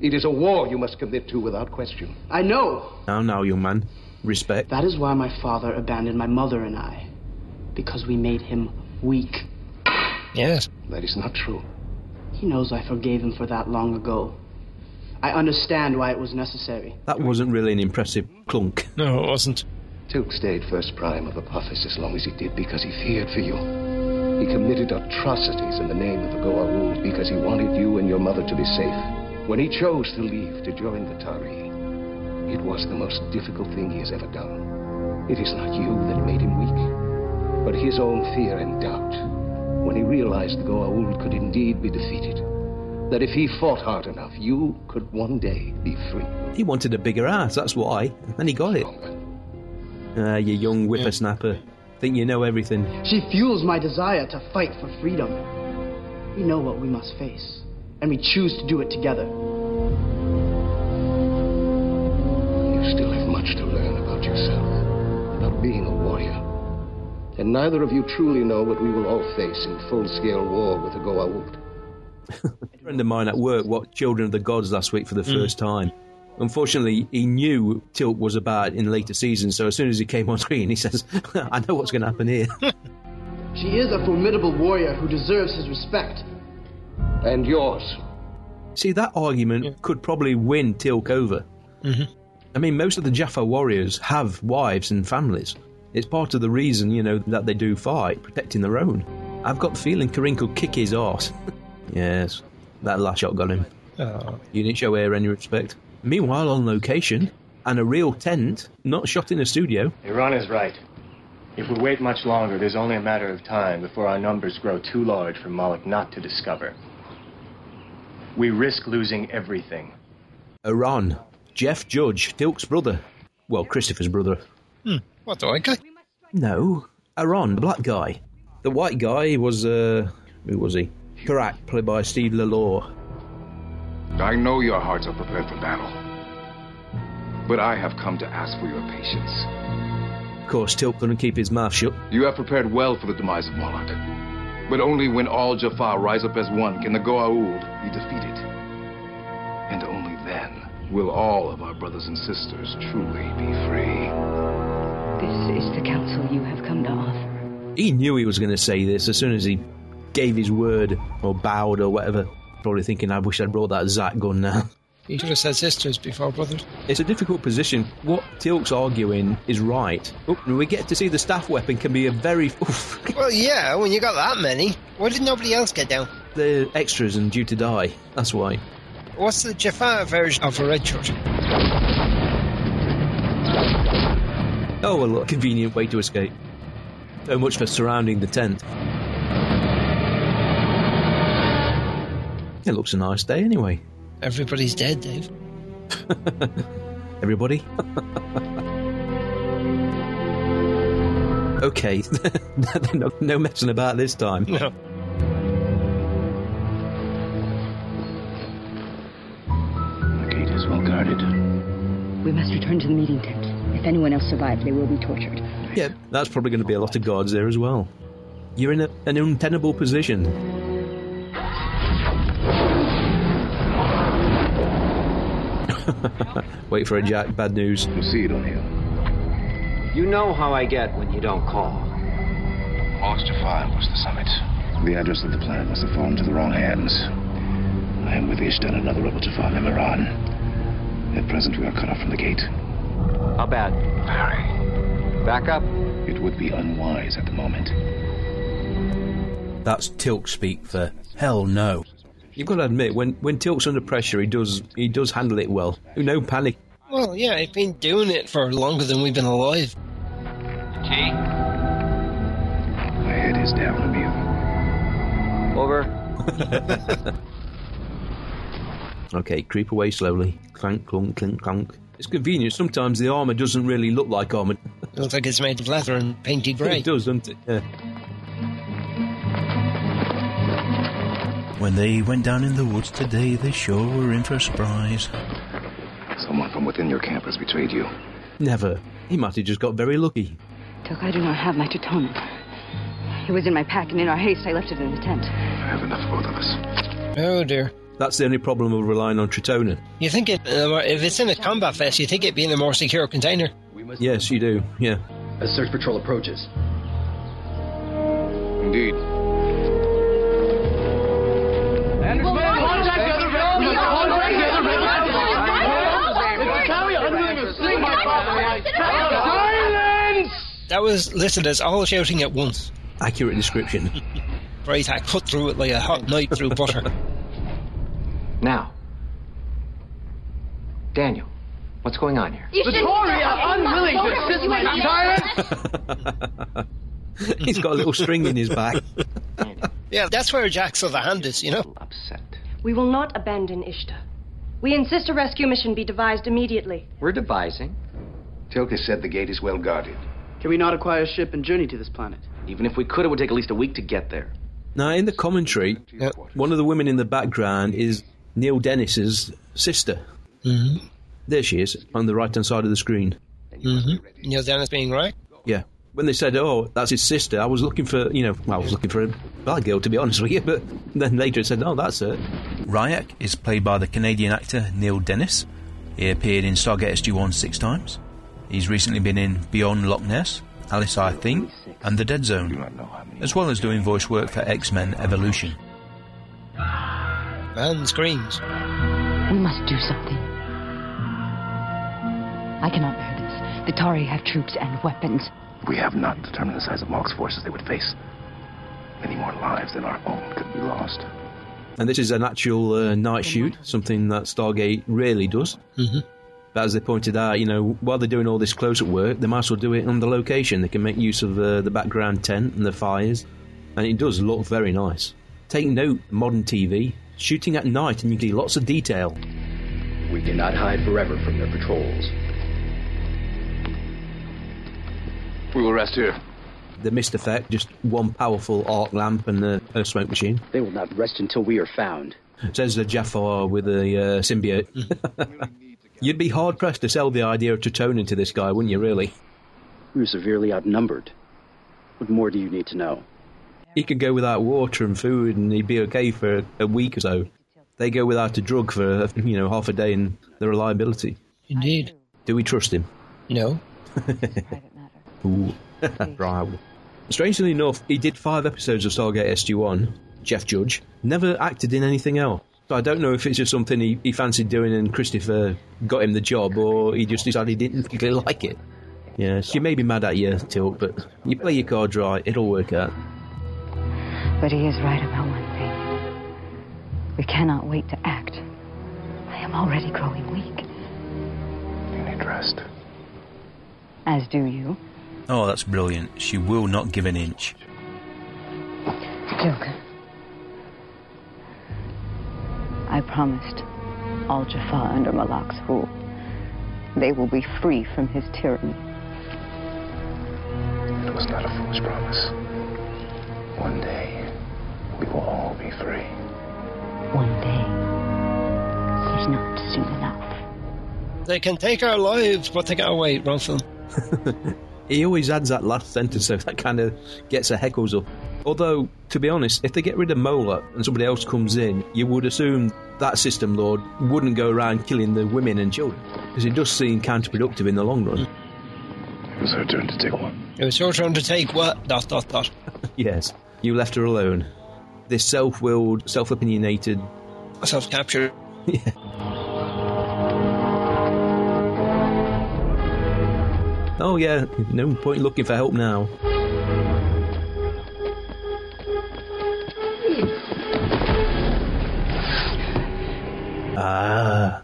[SPEAKER 6] It is a war you must commit to without question.
[SPEAKER 15] I know.
[SPEAKER 3] Now, now, young man. Respect.
[SPEAKER 15] That is why my father abandoned my mother and I. Because we made him weak.
[SPEAKER 2] Yes.
[SPEAKER 6] That is not true.
[SPEAKER 15] He knows I forgave him for that long ago. I understand why it was necessary.
[SPEAKER 3] That wasn't really an impressive clunk.
[SPEAKER 2] No, it wasn't.
[SPEAKER 6] Took stayed first prime of Apophis as long as he did because he feared for you. He committed atrocities in the name of the Goa rule because he wanted you and your mother to be safe. When he chose to leave to join the Tari, it was the most difficult thing he has ever done. It is not you that made him weak, but his own fear and doubt when he realized the Goa'uld could indeed be defeated. That if he fought hard enough, you could one day be free.
[SPEAKER 3] He wanted a bigger ass, that's why, and he got it. Ah, uh, you young whippersnapper. Think you know everything.
[SPEAKER 15] She fuels my desire to fight for freedom. We know what we must face, and we choose to do it together.
[SPEAKER 6] You still have much to learn about yourself, about being a warrior and neither of you truly know what we will all face in full-scale war with the Goa'uld.
[SPEAKER 3] a friend of mine at work watched Children of the Gods last week for the mm. first time. Unfortunately, he knew Tilt was about in later seasons, so as soon as he came on screen, he says, [laughs] I know what's going to happen here. [laughs]
[SPEAKER 15] she is a formidable warrior who deserves his respect.
[SPEAKER 6] And yours.
[SPEAKER 3] See, that argument yeah. could probably win Tilk over.
[SPEAKER 2] Mm-hmm.
[SPEAKER 3] I mean, most of the Jaffa warriors have wives and families. It's part of the reason, you know, that they do fight, protecting their own. I've got the feeling Karin could kick his arse. [laughs] yes, that last shot got him.
[SPEAKER 2] Oh.
[SPEAKER 3] You didn't show her any respect. Meanwhile, on location, and a real tent, not shot in a studio.
[SPEAKER 20] Iran is right. If we wait much longer, there's only a matter of time before our numbers grow too large for Moloch not to discover. We risk losing everything.
[SPEAKER 3] Iran. Jeff Judge, Dilk's brother. Well, Christopher's brother.
[SPEAKER 2] Hmm. What the white guy?
[SPEAKER 3] No, Aaron, the black guy. The white guy was uh, who was he? Karak, played by Steve Lalore.
[SPEAKER 1] I know your hearts are prepared for battle, but I have come to ask for your patience.
[SPEAKER 3] Of course, Tilk couldn't keep his mouth shut.
[SPEAKER 1] You have prepared well for the demise of Moloch, but only when all Jafar rise up as one can the Goa'uld be defeated, and only then will all of our brothers and sisters truly be free.
[SPEAKER 12] This is the counsel you have come to offer.
[SPEAKER 3] He knew he was going to say this as soon as he gave his word or bowed or whatever. Probably thinking, I wish I'd brought that Zat gun now. [laughs]
[SPEAKER 2] He should have said sisters before brothers.
[SPEAKER 3] It's a difficult position. What Tilk's arguing is right. Oh, we get to see the staff weapon can be a very. [laughs]
[SPEAKER 2] well, yeah, when you got that many. Why did nobody else get down?
[SPEAKER 3] The extras and due to die. That's why.
[SPEAKER 2] What's the Jafar version of a red shirt?
[SPEAKER 3] Oh, well, a convenient way to escape. So much for surrounding the tent. It looks a nice day anyway.
[SPEAKER 2] Everybody's dead, Dave.
[SPEAKER 3] [laughs] Everybody? [laughs] okay, [laughs] no, no messing about this time.
[SPEAKER 2] No.
[SPEAKER 8] The gate is well guarded.
[SPEAKER 12] We must return to the meeting tent. If anyone else survives, they will be tortured.
[SPEAKER 3] Yeah, that's probably going to be a lot of guards there as well. You're in a, an untenable position. [laughs] Wait for a Jack. Bad news.
[SPEAKER 1] You see it on here.
[SPEAKER 11] You know how I get when you don't call.
[SPEAKER 1] Lost your file was the summit. The address of the planet must have fallen to the wrong hands. I am with Ishtar and another rebel Jafar in Iran. At present, we are cut off from the gate.
[SPEAKER 11] How bad?
[SPEAKER 1] Very.
[SPEAKER 11] Back up.
[SPEAKER 1] It would be unwise at the moment.
[SPEAKER 14] That's Tilk speak for hell no.
[SPEAKER 3] You've got to admit, when when Tilt's under pressure, he does he does handle it well. No panic.
[SPEAKER 2] Well, yeah, he's been doing it for longer than we've been alive.
[SPEAKER 11] Key?
[SPEAKER 1] My head is down, Emil.
[SPEAKER 11] Over.
[SPEAKER 3] okay, creep away slowly. Clank, clunk, clink, clunk. It's convenient. [laughs] Sometimes the armour doesn't really look like armour.
[SPEAKER 2] It looks like it's made of leather and painted grey.
[SPEAKER 3] It does, doesn't it? Yeah.
[SPEAKER 14] When they went down in the woods today, they sure were in for a surprise.
[SPEAKER 1] Someone from within your camp has betrayed you.
[SPEAKER 3] Never. He might have just got very lucky.
[SPEAKER 12] Doc, I do not have my Teutonin. It was in my pack, and in our haste, I left it in the tent.
[SPEAKER 1] I have enough of both of us.
[SPEAKER 2] Oh, dear.
[SPEAKER 3] That's the only problem of relying on Tritonin.
[SPEAKER 2] You think it, uh, if it's in a combat vest, you think it'd be in a more secure container?
[SPEAKER 3] Yes, you do, yeah.
[SPEAKER 11] As search patrol approaches.
[SPEAKER 1] Indeed.
[SPEAKER 2] That was listed as all shouting at once.
[SPEAKER 3] Accurate description.
[SPEAKER 2] [laughs] Right, I cut through it like a hot knife through butter.
[SPEAKER 11] Now, Daniel, what's going on here?
[SPEAKER 16] You
[SPEAKER 21] Victoria, unwilling to assist my
[SPEAKER 3] desires. [laughs] He's got a little string in his back.
[SPEAKER 2] [laughs] yeah, that's where Jack's other hand is, you know.
[SPEAKER 11] Upset.
[SPEAKER 22] We will not abandon Ishtar. We insist a rescue mission be devised immediately.
[SPEAKER 11] We're devising.
[SPEAKER 1] Tilka said the gate is well guarded.
[SPEAKER 15] Can we not acquire a ship and journey to this planet?
[SPEAKER 11] Even if we could, it would take at least a week to get there.
[SPEAKER 3] Now, in the commentary, yeah. one of the women in the background is Neil Dennis's sister.
[SPEAKER 2] Mm-hmm.
[SPEAKER 3] There she is, on the right hand side of the screen.
[SPEAKER 2] Mm-hmm. Neil Dennis being right?
[SPEAKER 3] Yeah. When they said, oh, that's his sister, I was looking for, you know, well, I was looking for a black girl, to be honest with you, but then later it said, oh, that's her.
[SPEAKER 14] Ryak is played by the Canadian actor Neil Dennis. He appeared in Stargate SG-1 six times. He's recently been in Beyond Loch Ness, Alice I Think, and The Dead Zone, as well as doing voice work for X Men Evolution.
[SPEAKER 2] Man screams.
[SPEAKER 12] We must do something. I cannot bear this. The Tari have troops and weapons.
[SPEAKER 1] We have not determined the size of Malk's forces they would face. Many more lives than our own could be lost.
[SPEAKER 3] And this is an actual uh, night shoot, something that Stargate rarely does.
[SPEAKER 2] Mm-hmm.
[SPEAKER 3] But as they pointed out, you know, while they're doing all this close up work, they might as well do it on the location. They can make use of uh, the background tent and the fires, and it does look very nice. Take note, modern TV, shooting at night and you get lots of detail.
[SPEAKER 23] We cannot hide forever from their patrols.
[SPEAKER 1] We will rest here.
[SPEAKER 3] The mist effect, just one powerful arc lamp and a, a smoke machine.
[SPEAKER 23] They will not rest until we are found.
[SPEAKER 3] Says the Jafar with the uh, symbiote. [laughs] You'd be hard pressed to sell the idea of Tritonin to this guy, wouldn't you, really?
[SPEAKER 23] We were severely outnumbered. What more do you need to know?
[SPEAKER 3] He could go without water and food and he'd be okay for a week or so. They go without a drug for, you know, half a day and the reliability.
[SPEAKER 2] Indeed.
[SPEAKER 3] Do we trust him? [laughs]
[SPEAKER 2] No.
[SPEAKER 3] Ooh. right. Strangely enough, he did five episodes of Stargate SG-1, Jeff Judge, never acted in anything else. So I don't know if it's just something he, he fancied doing and Christopher got him the job or he just decided he didn't particularly like it. Yeah, she may be mad at you, Tilt, but you play your cards right, it'll work out.
[SPEAKER 12] But he is right about one thing. We cannot wait to act. I am already growing weak.
[SPEAKER 1] You need rest.
[SPEAKER 12] As do you.
[SPEAKER 14] Oh, that's brilliant. She will not give an inch.
[SPEAKER 12] Joker. I promised all Jaffa under Malak's rule. They will be free from his tyranny.
[SPEAKER 1] It was not a fool's promise. One day, we will all be free.
[SPEAKER 12] One day is not soon enough.
[SPEAKER 2] They can take our lives, but they got away, Ronson.
[SPEAKER 3] [laughs] he always adds that last sentence, so that kind of gets the heckles up. Although, to be honest, if they get rid of Mola and somebody else comes in, you would assume that system lord wouldn't go around killing the women and children, because it does seem counterproductive in the long run.
[SPEAKER 1] It was her turn to take what?
[SPEAKER 2] It was your turn to take what? Dot, dot, dot.
[SPEAKER 3] yes, you left her alone. This self willed, self opinionated.
[SPEAKER 2] Self captured.
[SPEAKER 3] [laughs] yeah. Oh, yeah, no point looking for help now. Ah,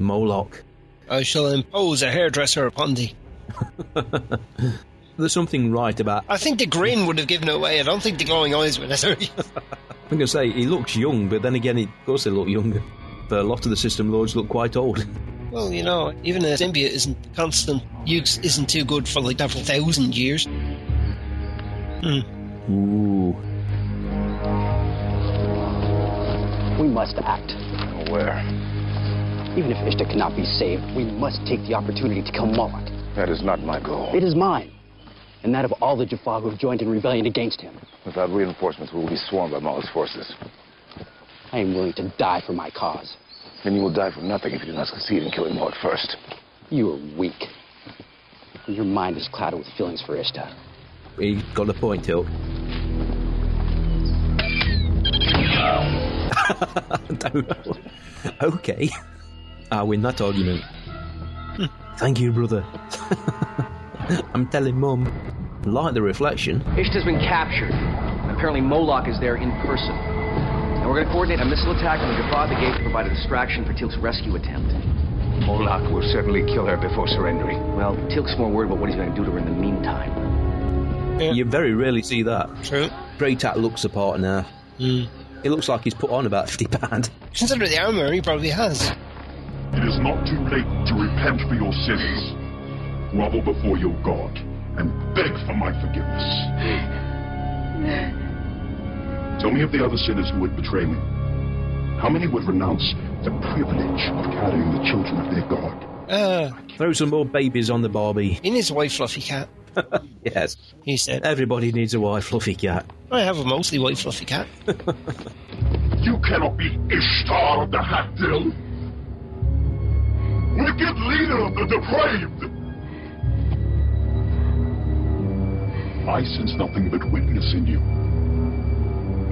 [SPEAKER 3] Moloch.
[SPEAKER 2] I shall impose a hairdresser upon thee.
[SPEAKER 3] There's something right about.
[SPEAKER 2] I think the grin would have given it away. I don't think the glowing eyes were necessary.
[SPEAKER 3] I'm going to say he looks young, but then again, he, of course they look younger. But a lot of the system lords look quite old.
[SPEAKER 2] [laughs]
[SPEAKER 3] [laughs]
[SPEAKER 2] Well, you know, even a symbiote isn't constant use isn't too good for like several thousand years. Hmm.
[SPEAKER 3] Ooh.
[SPEAKER 23] We must act.
[SPEAKER 1] Where?
[SPEAKER 23] Even if Ishta cannot be saved, we must take the opportunity to kill Moloch.
[SPEAKER 1] That is not my goal.
[SPEAKER 23] It is mine, and that of all the Jaffa who have joined in rebellion against him.
[SPEAKER 1] Without reinforcements, we will be swarmed by Moloch's forces.
[SPEAKER 23] I am willing to die for my cause.
[SPEAKER 1] Then you will die for nothing if you do not succeed in killing Moloch first.
[SPEAKER 23] You are weak. Your mind is clouded with feelings for Ishta.
[SPEAKER 3] He got a point, Tilk. [laughs] okay. I win that argument. Thank you, brother. [laughs] I'm telling Mum. Like the reflection.
[SPEAKER 24] Ishta's been captured. Apparently, Moloch is there in person. And we're going to coordinate a missile attack on the Jaffa at the gate to provide a distraction for Tilk's rescue attempt.
[SPEAKER 8] Moloch will certainly kill her before surrendering.
[SPEAKER 24] Well, Tilk's more worried about what he's going to do to her in the meantime.
[SPEAKER 3] You very rarely see that.
[SPEAKER 2] True.
[SPEAKER 3] Braytat looks apart now.
[SPEAKER 2] Mm.
[SPEAKER 3] It looks like he's put on about 50 pounds.
[SPEAKER 2] Consider the armor he probably has.
[SPEAKER 5] It is not too late to repent for your sins. Grovel before your God and beg for my forgiveness. Tell me of the other sinners who would betray me. How many would renounce the privilege of carrying the children of their God?
[SPEAKER 2] Uh,
[SPEAKER 3] Throw some more babies on the Barbie.
[SPEAKER 2] he needs a white fluffy cat.
[SPEAKER 3] [laughs] Yes.
[SPEAKER 2] He said.
[SPEAKER 3] Everybody needs a white fluffy cat.
[SPEAKER 2] I have a mostly white fluffy cat.
[SPEAKER 5] [laughs] You cannot be Ishtar of the Hatdil. Wicked leader of the depraved. I sense nothing but weakness in you.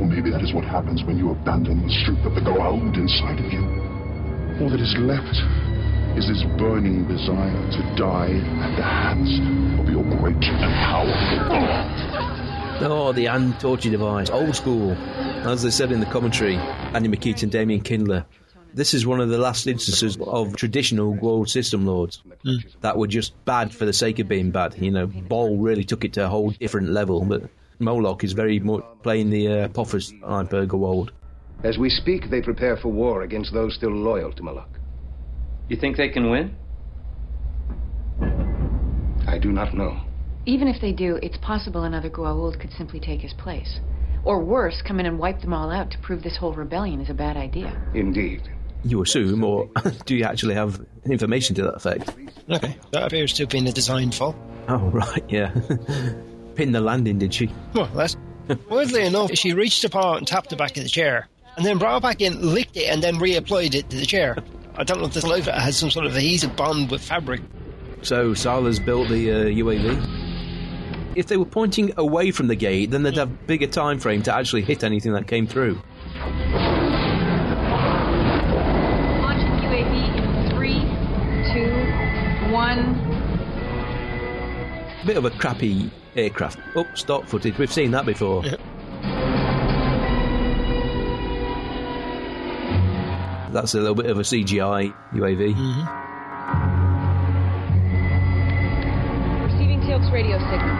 [SPEAKER 5] Or maybe that is what happens when you abandon the strength of the ground inside of you. All that is left is this burning desire to die at the hands of your great and powerful God.
[SPEAKER 3] Oh, the hand torture device. Old school. As they said in the commentary, Andy McKeaton and Damien Kindler, this is one of the last instances of traditional world system lords that were just bad for the sake of being bad. You know, Bol really took it to a whole different level, but Moloch is very much playing the uh, Poffers Ironberger world.
[SPEAKER 6] As we speak, they prepare for war against those still loyal to Malak.
[SPEAKER 11] You think they can win?
[SPEAKER 6] I do not know.
[SPEAKER 13] Even if they do, it's possible another Gua'uld could simply take his place. Or worse, come in and wipe them all out to prove this whole rebellion is a bad idea.
[SPEAKER 6] Indeed.
[SPEAKER 3] You assume, or [laughs] do you actually have information to that effect? [laughs]
[SPEAKER 2] Okay, that appears to have been a design fault.
[SPEAKER 3] Oh, right, yeah. Pinned the landing, did she?
[SPEAKER 2] Well, that's Weirdly enough, she reached apart and tapped the back of the chair, and then brought it back in, licked it, and then reapplied it to the chair. I don't know if this life has some sort of adhesive bond with fabric.
[SPEAKER 3] So Silas built the uh, UAV. If they were pointing away from the gate, then they'd have bigger time frame to actually hit anything that came through.
[SPEAKER 21] Launching UAV in three, two, one.
[SPEAKER 3] Bit of a crappy aircraft. Up, stock footage. We've seen that before. That's a little bit of a CGI UAV.
[SPEAKER 21] Receiving Tilt's radio signal.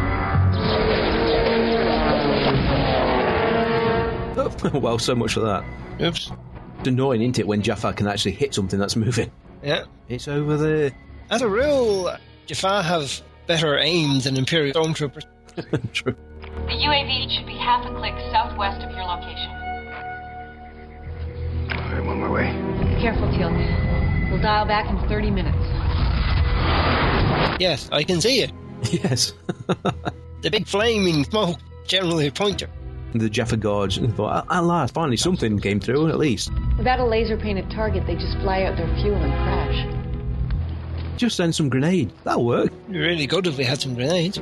[SPEAKER 3] [laughs] well, so much for that.
[SPEAKER 2] Mm-hmm. Oops.
[SPEAKER 3] It's annoying, isn't it, when Jaffa can actually hit something that's moving?
[SPEAKER 2] Yeah.
[SPEAKER 3] It's over there.
[SPEAKER 2] As a rule, Jafar have better aim than Imperial Stormtroopers.
[SPEAKER 3] [laughs] True.
[SPEAKER 7] The UAV should be half a click southwest of your location.
[SPEAKER 8] I'm on my way.
[SPEAKER 7] Careful, Teal. We'll dial back in 30 minutes.
[SPEAKER 2] Yes, I can see it.
[SPEAKER 3] Yes.
[SPEAKER 2] [laughs] the big flaming smoke, generally a pointer.
[SPEAKER 3] The Jaffa guards and thought, at last, finally something came through, at least.
[SPEAKER 13] Without a laser painted target, they just fly out their fuel and crash.
[SPEAKER 3] Just send some grenade. That'll work.
[SPEAKER 2] It'd be really good if we had some grenades.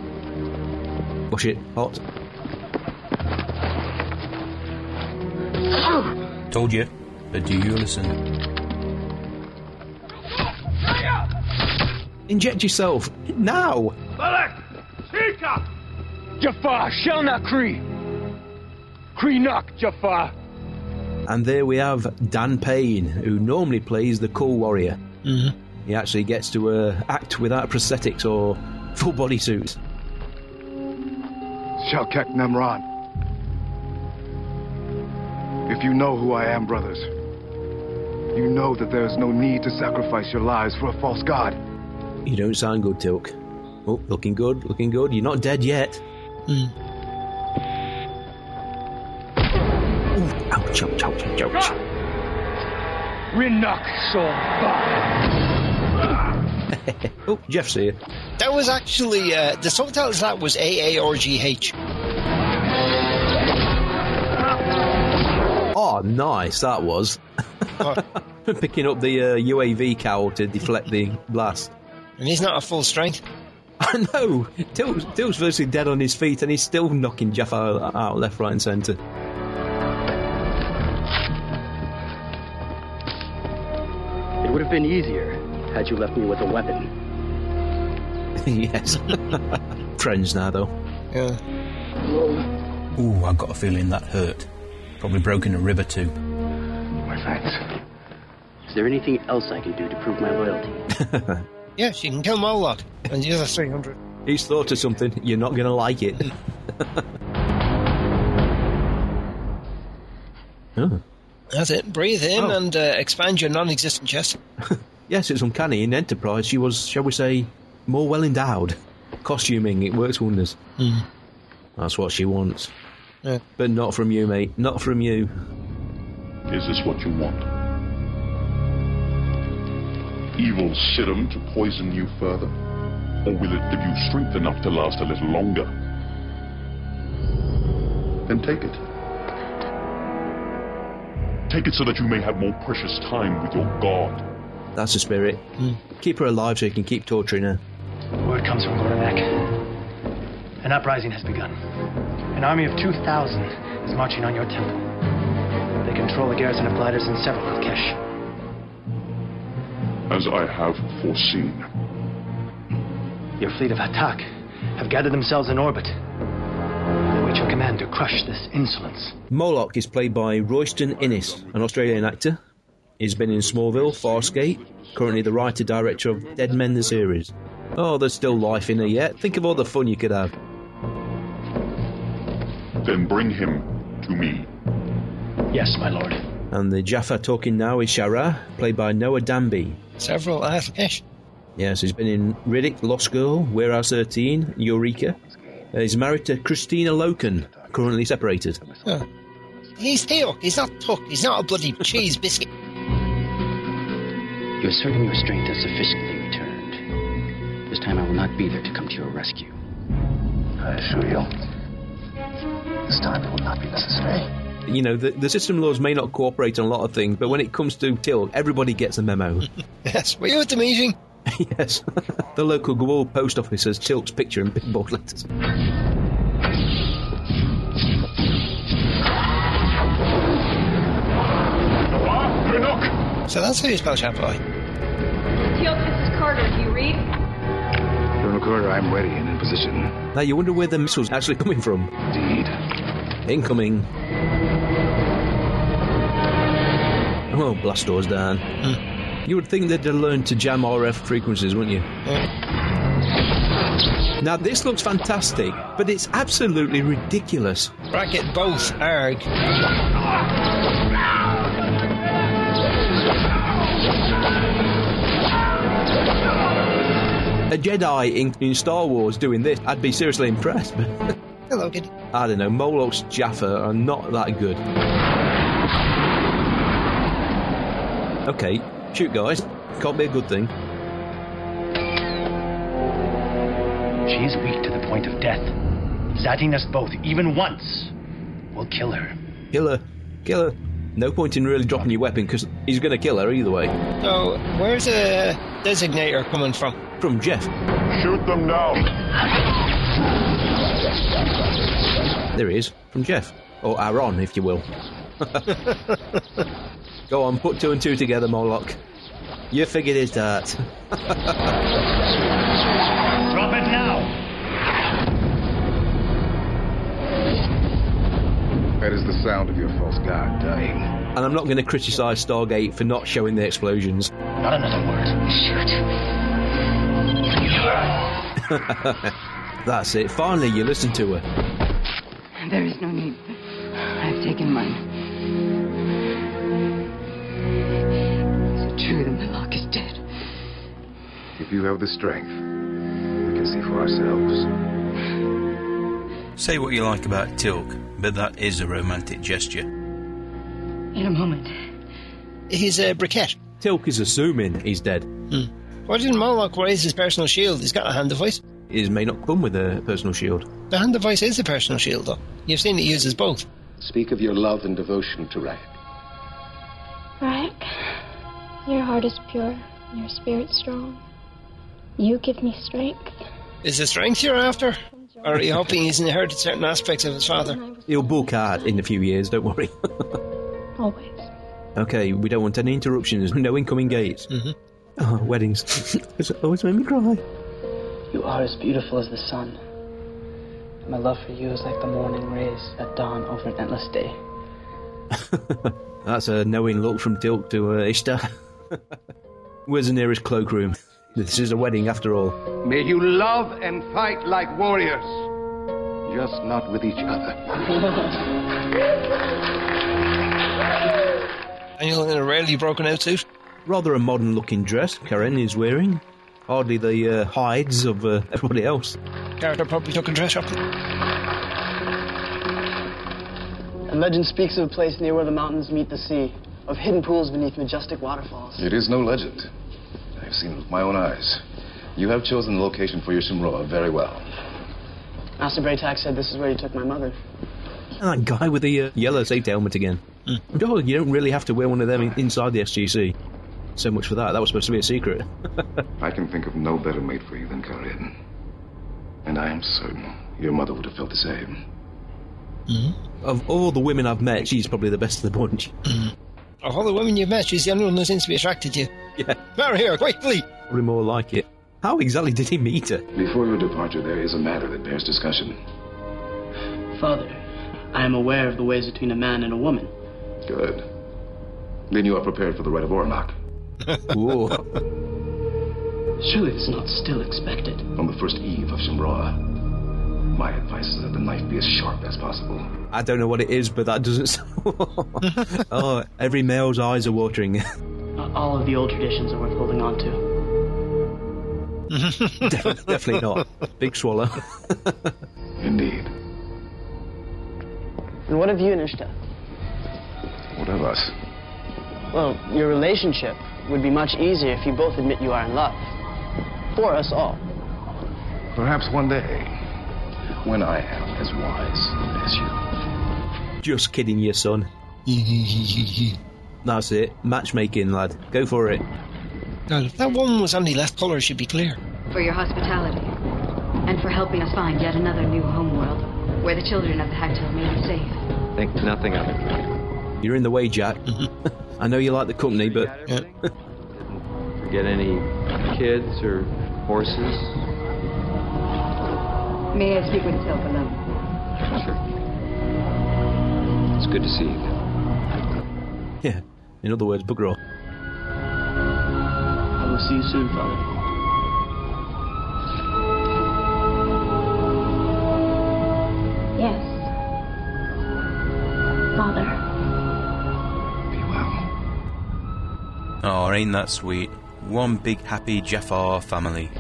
[SPEAKER 3] Wash it hot.
[SPEAKER 14] Told you, but do you listen?
[SPEAKER 3] Inject yourself. Now!
[SPEAKER 21] Malak! Shika!
[SPEAKER 20] Jafar shall not Kree! Kree knock, Jafar!
[SPEAKER 3] And there we have Dan Payne, who normally plays the cool warrior.
[SPEAKER 2] Mm-hmm.
[SPEAKER 3] He actually gets to uh, act without prosthetics or full body suits.
[SPEAKER 6] Shalkek Nemran. If you know who I am, brothers, you know that there is no need to sacrifice your lives for a false god.
[SPEAKER 3] You don't sound good, Tilk. Oh, looking good, looking good. You're not dead yet. Ooh, ouch, ouch, ouch, ouch, ouch.
[SPEAKER 20] Rinnock
[SPEAKER 3] [laughs] oh, Jeff's here.
[SPEAKER 2] That was actually uh, the subtitles. That was A A R G H.
[SPEAKER 3] Oh, nice, that was. [laughs] Picking up the uh, UAV cowl to deflect the blast.
[SPEAKER 2] And he's not at full strength.
[SPEAKER 3] [laughs] I know! Tilt's, Tilt's virtually dead on his feet and he's still knocking Jeff out, out left, right, and centre. [laughs]
[SPEAKER 23] It would have been easier had you left me with a weapon.
[SPEAKER 3] yes. [laughs] Friends now, though.
[SPEAKER 2] Yeah.
[SPEAKER 14] Ooh, I've got a feeling that hurt. Probably broken a rib or two.
[SPEAKER 23] My thanks. Is there anything else I can do to prove my loyalty?
[SPEAKER 2] Yeah, she can kill Moloch. And the other 300.
[SPEAKER 3] [laughs] He's thought of something. You're not going to like it. oh.
[SPEAKER 2] That's it. Breathe in and uh, expand your non existent chest.
[SPEAKER 3] Yes, it's uncanny. In Enterprise, she was, shall we say, more well endowed. Costuming, it works wonders. That's what she wants.
[SPEAKER 2] Yeah.
[SPEAKER 3] But not from you, mate. Not from you.
[SPEAKER 5] Is this what you want? Evil serum to poison you further? Or will it give you strength enough to last a little longer? Then take it. Take it so that you may have more precious time with your god.
[SPEAKER 3] That's the spirit. Keep her alive so you can keep torturing her.
[SPEAKER 4] Word comes from Gornak. An uprising has begun. An army of 2,000 is marching on your temple. They control a garrison of gliders in several Alkesh.
[SPEAKER 5] As I have foreseen,
[SPEAKER 4] Your fleet of Hatak have gathered themselves in orbit. They await your command to crush this insolence.
[SPEAKER 3] Moloch is played by Royston Innes, an Australian actor. He's been in Smallville, Farscape, currently the writer director of Dead Men the series. Oh, there's still life in her yet. Think of all the fun you could have.
[SPEAKER 5] then bring him to me.
[SPEAKER 4] Yes, my lord.
[SPEAKER 3] And the Jaffa talking now is Shara, played by Noah Danby.
[SPEAKER 2] Several Ash.
[SPEAKER 3] Yes, he's been in Riddick, Lost Girl, Warehouse 13, Eureka. Uh, he's married to Christina Loken, currently separated.
[SPEAKER 2] He's Theo. He's not Tuck. He's not a bloody [laughs] cheese biscuit.
[SPEAKER 23] You are certain your strength has sufficiently returned. This time I will not be there to come to your rescue.
[SPEAKER 1] I assure you, this time it will not be necessary.
[SPEAKER 3] You know, the, the system laws may not cooperate on a lot of things, but when it comes to Till, everybody gets a memo.
[SPEAKER 2] [laughs]
[SPEAKER 3] [laughs]
[SPEAKER 2] yes, were you at the meeting?
[SPEAKER 3] yes. [laughs] the local Gwal post office has Tilt's picture in big bold letters.
[SPEAKER 2] So that's who you spell Champ by.
[SPEAKER 7] Teal, this is Carter. Do you read?
[SPEAKER 8] Colonel Carter, I'm ready and in position.
[SPEAKER 3] Now, you wonder where the missile's actually [laughs] coming from.
[SPEAKER 8] Indeed.
[SPEAKER 3] Incoming. Oh, blast doors down. You would think they'd have learned to jam RF frequencies, wouldn't you? Now, this looks fantastic, but it's absolutely ridiculous.
[SPEAKER 2] Bracket both, arg.
[SPEAKER 3] A Jedi in, in Star Wars doing this, I'd be seriously impressed. But [laughs]
[SPEAKER 2] Hello, kid.
[SPEAKER 3] I don't know, Moloch's Jaffa are not that good. Okay, shoot, guys. Can't be a good thing.
[SPEAKER 4] She is weak to the point of death. Zatting us both, even
[SPEAKER 12] [laughs]
[SPEAKER 4] once, will kill her.
[SPEAKER 3] Kill her. Kill her. No point in really dropping your weapon because he's going to kill her either way.
[SPEAKER 2] So, where's the designator coming from?
[SPEAKER 3] From Jeff.
[SPEAKER 5] Shoot them down.
[SPEAKER 3] There he is. From Jeff. Or Aaron, if you will. Go on, put two and two together, Moloch. You figured it out.
[SPEAKER 4] Drop it now!
[SPEAKER 8] That is the sound of your false god dying.
[SPEAKER 3] And I'm not going to criticise Stargate for not showing the explosions.
[SPEAKER 23] Not another word.
[SPEAKER 3] [laughs] That's it. Finally, you listen to her.
[SPEAKER 12] There is no need. I've taken mine. Is it true that Malak is dead?
[SPEAKER 1] If you have the strength, we can see for ourselves.
[SPEAKER 14] Say what you like about Tilk, but that is a romantic gesture.
[SPEAKER 12] In a moment.
[SPEAKER 2] He's a briquette. Hmm.
[SPEAKER 3] Tilk is assuming he's dead.
[SPEAKER 2] Why didn't Moloch raise his personal shield? He's got a hand device.
[SPEAKER 3] His may not come with a personal shield.
[SPEAKER 2] The hand device is a personal shield, though. You've seen it uses both.
[SPEAKER 17] Speak of your love and devotion to Rack.
[SPEAKER 16] Right? Your heart is pure, your spirit strong. You give me strength.
[SPEAKER 2] Is it strength you're after? Or are you hoping he's inherited certain aspects of his father?
[SPEAKER 3] He'll book hard in a few years, don't worry. [laughs]
[SPEAKER 16] Always.
[SPEAKER 3] Okay, we don't want any interruptions, no incoming gates. Mm-hmm. Oh, weddings. [laughs] it's always made me cry.
[SPEAKER 19] You are as beautiful as the sun. And my love for you is like the morning rays at dawn over an endless day.
[SPEAKER 3] That's a knowing look from Dilk to uh, Ishtar. [laughs] Where's the nearest cloakroom? [laughs] This is a wedding after all.
[SPEAKER 6] May you love and fight like warriors, just not with each other.
[SPEAKER 2] Daniel in a rarely broken out suit.
[SPEAKER 3] Rather a modern looking dress Karen is wearing. Hardly the uh, hides of uh, everybody else.
[SPEAKER 2] Character probably took a dress up.
[SPEAKER 19] And legend speaks of a place near where the mountains meet the sea, of hidden pools beneath majestic waterfalls.
[SPEAKER 1] It is no legend. I've seen it with my own eyes. You have chosen the location for your Shimroa very well.
[SPEAKER 19] Master Braytak said this is where he took my mother.
[SPEAKER 3] And that guy with the uh, yellow safety helmet again.
[SPEAKER 2] Hmm.
[SPEAKER 3] Oh, you don't really have to wear one of them in- inside the SGC. So much for that. That was supposed to be a secret.
[SPEAKER 1] [laughs] I can think of no better mate for you than Karin. And I am certain your mother would have felt the same.
[SPEAKER 3] Of all the women I've met, she's probably the best of the bunch.
[SPEAKER 2] Of all the women you've met, she's the only one who seems to be attracted to you.
[SPEAKER 3] Yeah.
[SPEAKER 2] Marry her, quickly!
[SPEAKER 3] Probably more like it. How exactly [clears throat] did he meet her?
[SPEAKER 1] Before your departure, there is a matter that bears discussion.
[SPEAKER 19] Father, I am aware of the ways between a man and a woman.
[SPEAKER 1] Good. Then you are prepared for the rite of Ormok.
[SPEAKER 19] Surely it's not still expected.
[SPEAKER 1] On the first eve of Shimroa, my advice is that the knife be as sharp as possible.
[SPEAKER 3] [laughs] I don't know what it is, but that doesn't [laughs]
[SPEAKER 2] [laughs]
[SPEAKER 3] sound. oh, every male's eyes are watering. [laughs]
[SPEAKER 19] Not all of the old traditions are worth holding on to.
[SPEAKER 3] Definitely not. Big swallow.
[SPEAKER 1] Indeed.
[SPEAKER 19] And what of you, Nishta?
[SPEAKER 1] What of us?
[SPEAKER 19] Well, your relationship would be much easier if you both admit you are in love. For us all.
[SPEAKER 1] Perhaps one day, when I am as wise as you.
[SPEAKER 3] Just kidding, your
[SPEAKER 2] [laughs]
[SPEAKER 3] son. That's it. Matchmaking, lad. Go for it.
[SPEAKER 2] God, if that woman was only left colour, she'd be clear.
[SPEAKER 12] For your hospitality. And for helping us find yet another new homeworld where the children of the Hactel may be safe.
[SPEAKER 11] Think nothing of it.
[SPEAKER 3] You're in the way,
[SPEAKER 2] [laughs]
[SPEAKER 3] Jack. [laughs] I know you like the
[SPEAKER 11] [laughs]
[SPEAKER 3] company, but
[SPEAKER 11] Forget any kids or horses.
[SPEAKER 12] May I speak with Tilk alone?
[SPEAKER 11] It's good to see you.
[SPEAKER 3] yeah. In other words, bugger all.
[SPEAKER 19] I will see you soon, Father.
[SPEAKER 16] Yes. Father.
[SPEAKER 14] Oh, ain't that sweet? One big happy Jafar family.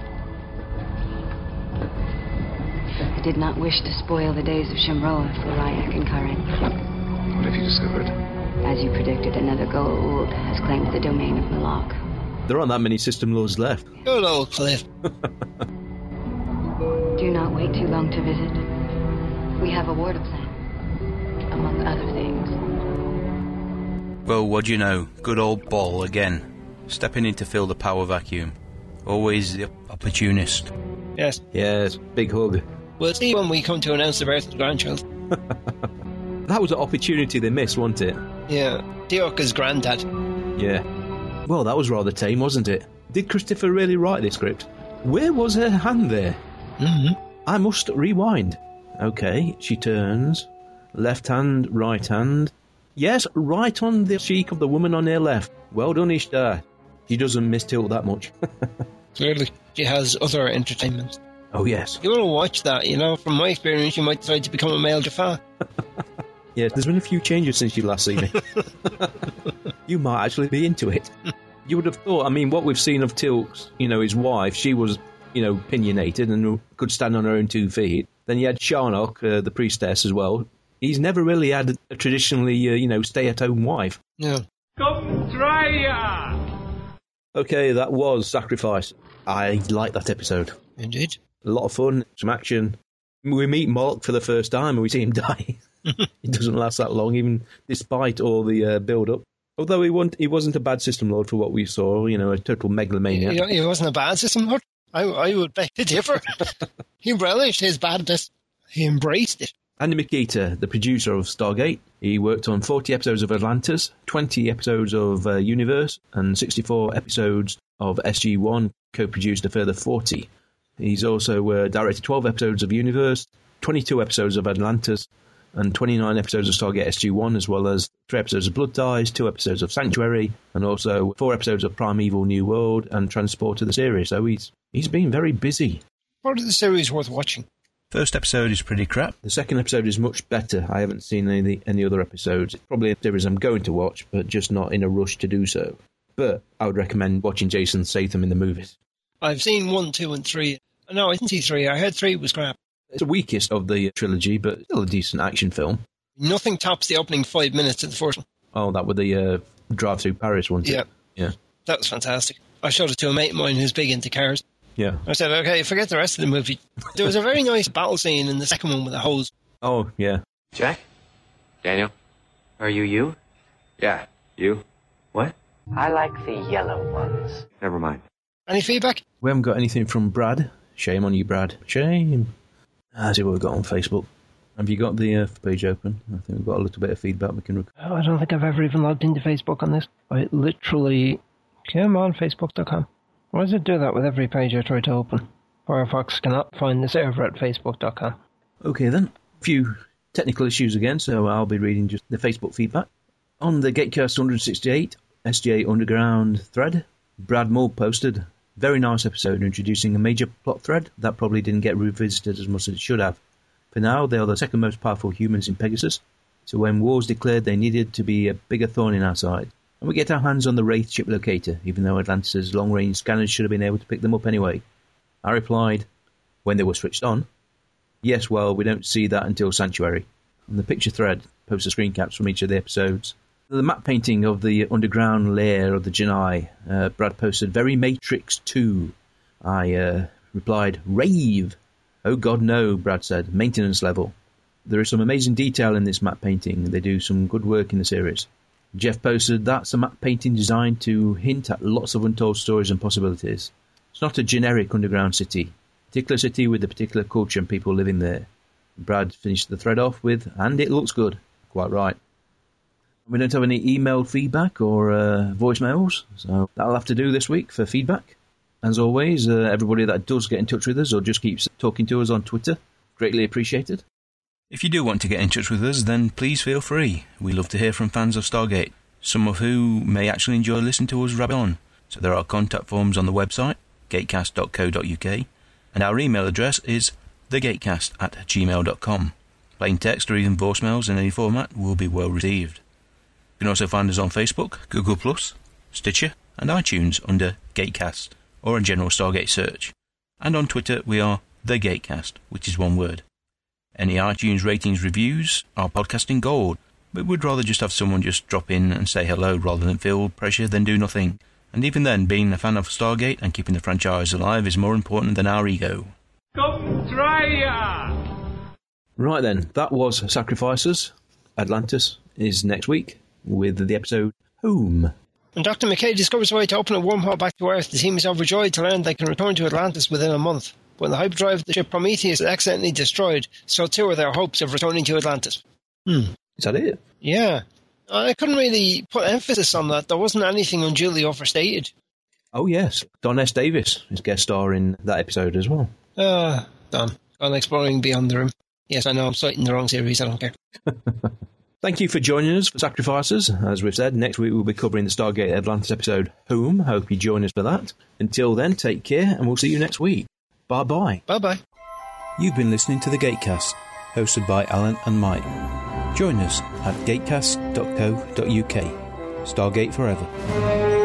[SPEAKER 12] I did not wish to spoil the days of Shimroa for Ryak and Karen.
[SPEAKER 1] What have you discovered?
[SPEAKER 12] As you predicted, another Goa'uld has claimed the domain of Malak.
[SPEAKER 3] there aren't that many system laws left.
[SPEAKER 2] Good old Cliff.
[SPEAKER 3] [laughs]
[SPEAKER 12] Do not wait too long to visit. We have a war to plan, among other things.
[SPEAKER 14] Well, what do you know? Good old Ball again. Stepping in to fill the power vacuum. Always the opportunist.
[SPEAKER 2] Yes.
[SPEAKER 3] Yes, big hug.
[SPEAKER 2] We'll see when we come to announce the birth of the grandchild.
[SPEAKER 3] That was an opportunity they missed, wasn't it?
[SPEAKER 2] Yeah. Diorka's granddad.
[SPEAKER 3] Yeah. Well, that was rather tame, wasn't it? Did Christopher really write this script? Where was her hand there?
[SPEAKER 2] Mm-hmm.
[SPEAKER 3] I must rewind. Okay, she turns. Left hand, right hand. Yes, right on the cheek of the woman on her left. Well done, Ishtar. She doesn't miss tilt that much. [laughs]
[SPEAKER 2] Clearly, she has other entertainment.
[SPEAKER 3] Oh, yes.
[SPEAKER 2] You want to watch that, you know? From my experience, you might decide to become a male Jafar.
[SPEAKER 3] Yeah, there's been a few changes since you last seen it. you might actually be into it. You would have thought, I mean, what we've seen of Tilk's, you know, his wife, she was, you know, opinionated and could stand on her own two feet. Then you had Sharnock, uh, the priestess, as well. He's never really had a traditionally, uh, you know, stay at home wife.
[SPEAKER 2] Yeah.
[SPEAKER 21] Come try ya!
[SPEAKER 3] Okay, that was Sacrifice. I like that episode.
[SPEAKER 2] Indeed.
[SPEAKER 3] A lot of fun, some action. We meet Mark for the first time and we see him [laughs] die. it doesn't last that long, even despite all the uh, build up. Although he, won't, he wasn't a bad system lord for what we saw, you know, a total megalomaniac.
[SPEAKER 2] You know, he wasn't a bad system lord. I, I would beg
[SPEAKER 3] [laughs]
[SPEAKER 2] to differ. he relished his badness. He embraced it.
[SPEAKER 3] Andy Makita, the producer of Stargate, he worked on 40 episodes of Atlantis, 20 episodes of uh, Universe, and 64 episodes of SG1, co produced a further 40. He's also uh, directed 12 episodes of Universe, 22 episodes of Atlantis, and 29 episodes of Stargate SG1, as well as three episodes of Blood Ties, two episodes of Sanctuary, and also four episodes of Primeval New World and Transport to the series. So he's he's been very busy.
[SPEAKER 2] Part of the series worth watching.
[SPEAKER 14] First episode is pretty crap.
[SPEAKER 3] The second episode is much better. I haven't seen any of the, any other episodes. It's probably a series I'm going to watch, but just not in a rush to do so. But I would recommend watching Jason Statham in the movies.
[SPEAKER 2] I've seen one, two, and three. No, I didn't see three. I heard three was crap.
[SPEAKER 3] It's the weakest of the trilogy, but still a decent action film.
[SPEAKER 2] Nothing tops the opening five minutes of the first one.
[SPEAKER 3] Oh, that with the uh, drive through Paris one.
[SPEAKER 2] Yeah.
[SPEAKER 3] Yeah.
[SPEAKER 2] That was fantastic. I showed it to a mate of mine who's big into cars.
[SPEAKER 3] Yeah.
[SPEAKER 2] I said, okay, forget the rest of the movie. There was a very nice battle scene in the second one with a hose.
[SPEAKER 3] Oh, yeah.
[SPEAKER 11] Jack? Daniel?
[SPEAKER 23] Are you you?
[SPEAKER 11] Yeah. You?
[SPEAKER 23] What?
[SPEAKER 19] I like the yellow ones.
[SPEAKER 11] Never mind.
[SPEAKER 2] Any feedback?
[SPEAKER 3] We haven't got anything from Brad. Shame on you, Brad. Shame. I see what we've got on Facebook. Have you got the uh, page open? I think we've got a little bit of feedback we can. Rec-
[SPEAKER 19] Oh, I don't think I've ever even logged into Facebook on this. I literally came on Facebook.com. Why does it do that with every page I try to open? Firefox cannot find the server at Facebook.com.
[SPEAKER 3] okay, then. A few technical issues again, so I'll be reading just the Facebook feedback. On the Gatecast 168 SGA Underground thread, Brad Moore posted, very nice episode introducing a major plot thread that probably didn't get revisited as much as it should have. For now, they are the second most powerful humans in Pegasus, so when wars declared, they needed to be a bigger thorn in our side. And we get our hands on the Wraith ship locator, even though Atlantis' long range scanners should have been able to pick them up anyway. I replied, when they were switched on, yes, well, we don't see that until Sanctuary. And the picture thread posts the screen caps from each of the episodes. The map painting of the underground lair of the Janai, uh, Brad posted, very Matrix 2. I uh, replied, rave. Oh god, no, Brad said, maintenance level. There is some amazing detail in this map painting. They do some good work in the series. Jeff posted, that's a map painting designed to hint at lots of untold stories and possibilities. It's not a generic underground city, particular city with a particular culture and people living there. Brad finished the thread off with, and it looks good. Quite right. We don't have any email feedback or uh, voicemails, so that'll have to do this week for feedback. As always, uh, everybody that does get in touch with us or just keeps talking to us on Twitter, greatly appreciated.
[SPEAKER 14] If you do want to get in touch with us, then please feel free. We love to hear from fans of Stargate, some of who may actually enjoy listening to us rabbit on. So there are contact forms on the website, gatecast.co.uk, and our email address is thegatecast at gmail.com. Plain text or even voicemails in any format will be well received. You can also find us on Facebook, Google+, Stitcher, and iTunes under Gatecast, or a general Stargate search. And on Twitter, we are The Gatecast, which is one word. Any iTunes ratings reviews are podcasting gold, but we'd rather just have someone just drop in and say hello rather than feel pressure than do nothing. And even then, being a fan of Stargate and keeping the franchise alive is more important than our ego.
[SPEAKER 21] Come try ya!
[SPEAKER 3] Right then, that was Sacrifices. Atlantis is next week with the episode Home.
[SPEAKER 2] When Dr. McKay discovers a way to open a wormhole back to Earth, the team is overjoyed to learn they can return to Atlantis within a month. When the hyperdrive of the ship Prometheus is accidentally destroyed, so too are their hopes of returning to Atlantis. Hmm.
[SPEAKER 3] Is that it?
[SPEAKER 2] Yeah. I couldn't really put emphasis on that. There wasn't anything unduly overstated.
[SPEAKER 3] Oh, yes. Don S. Davis is guest star in that episode as well.
[SPEAKER 2] Ah, Don. Gone exploring beyond the room. Yes, I know I'm citing the wrong series. I don't care.
[SPEAKER 3] Thank you for joining us for Sacrifices. As we've said, next week we'll be covering the Stargate Atlantis episode Home. Hope you join us for that. Until then, take care and we'll see you next week. Bye bye.
[SPEAKER 2] Bye bye.
[SPEAKER 14] You've been listening to The Gatecast, hosted by Alan and Mike. Join us at gatecast.co.uk. Stargate Forever.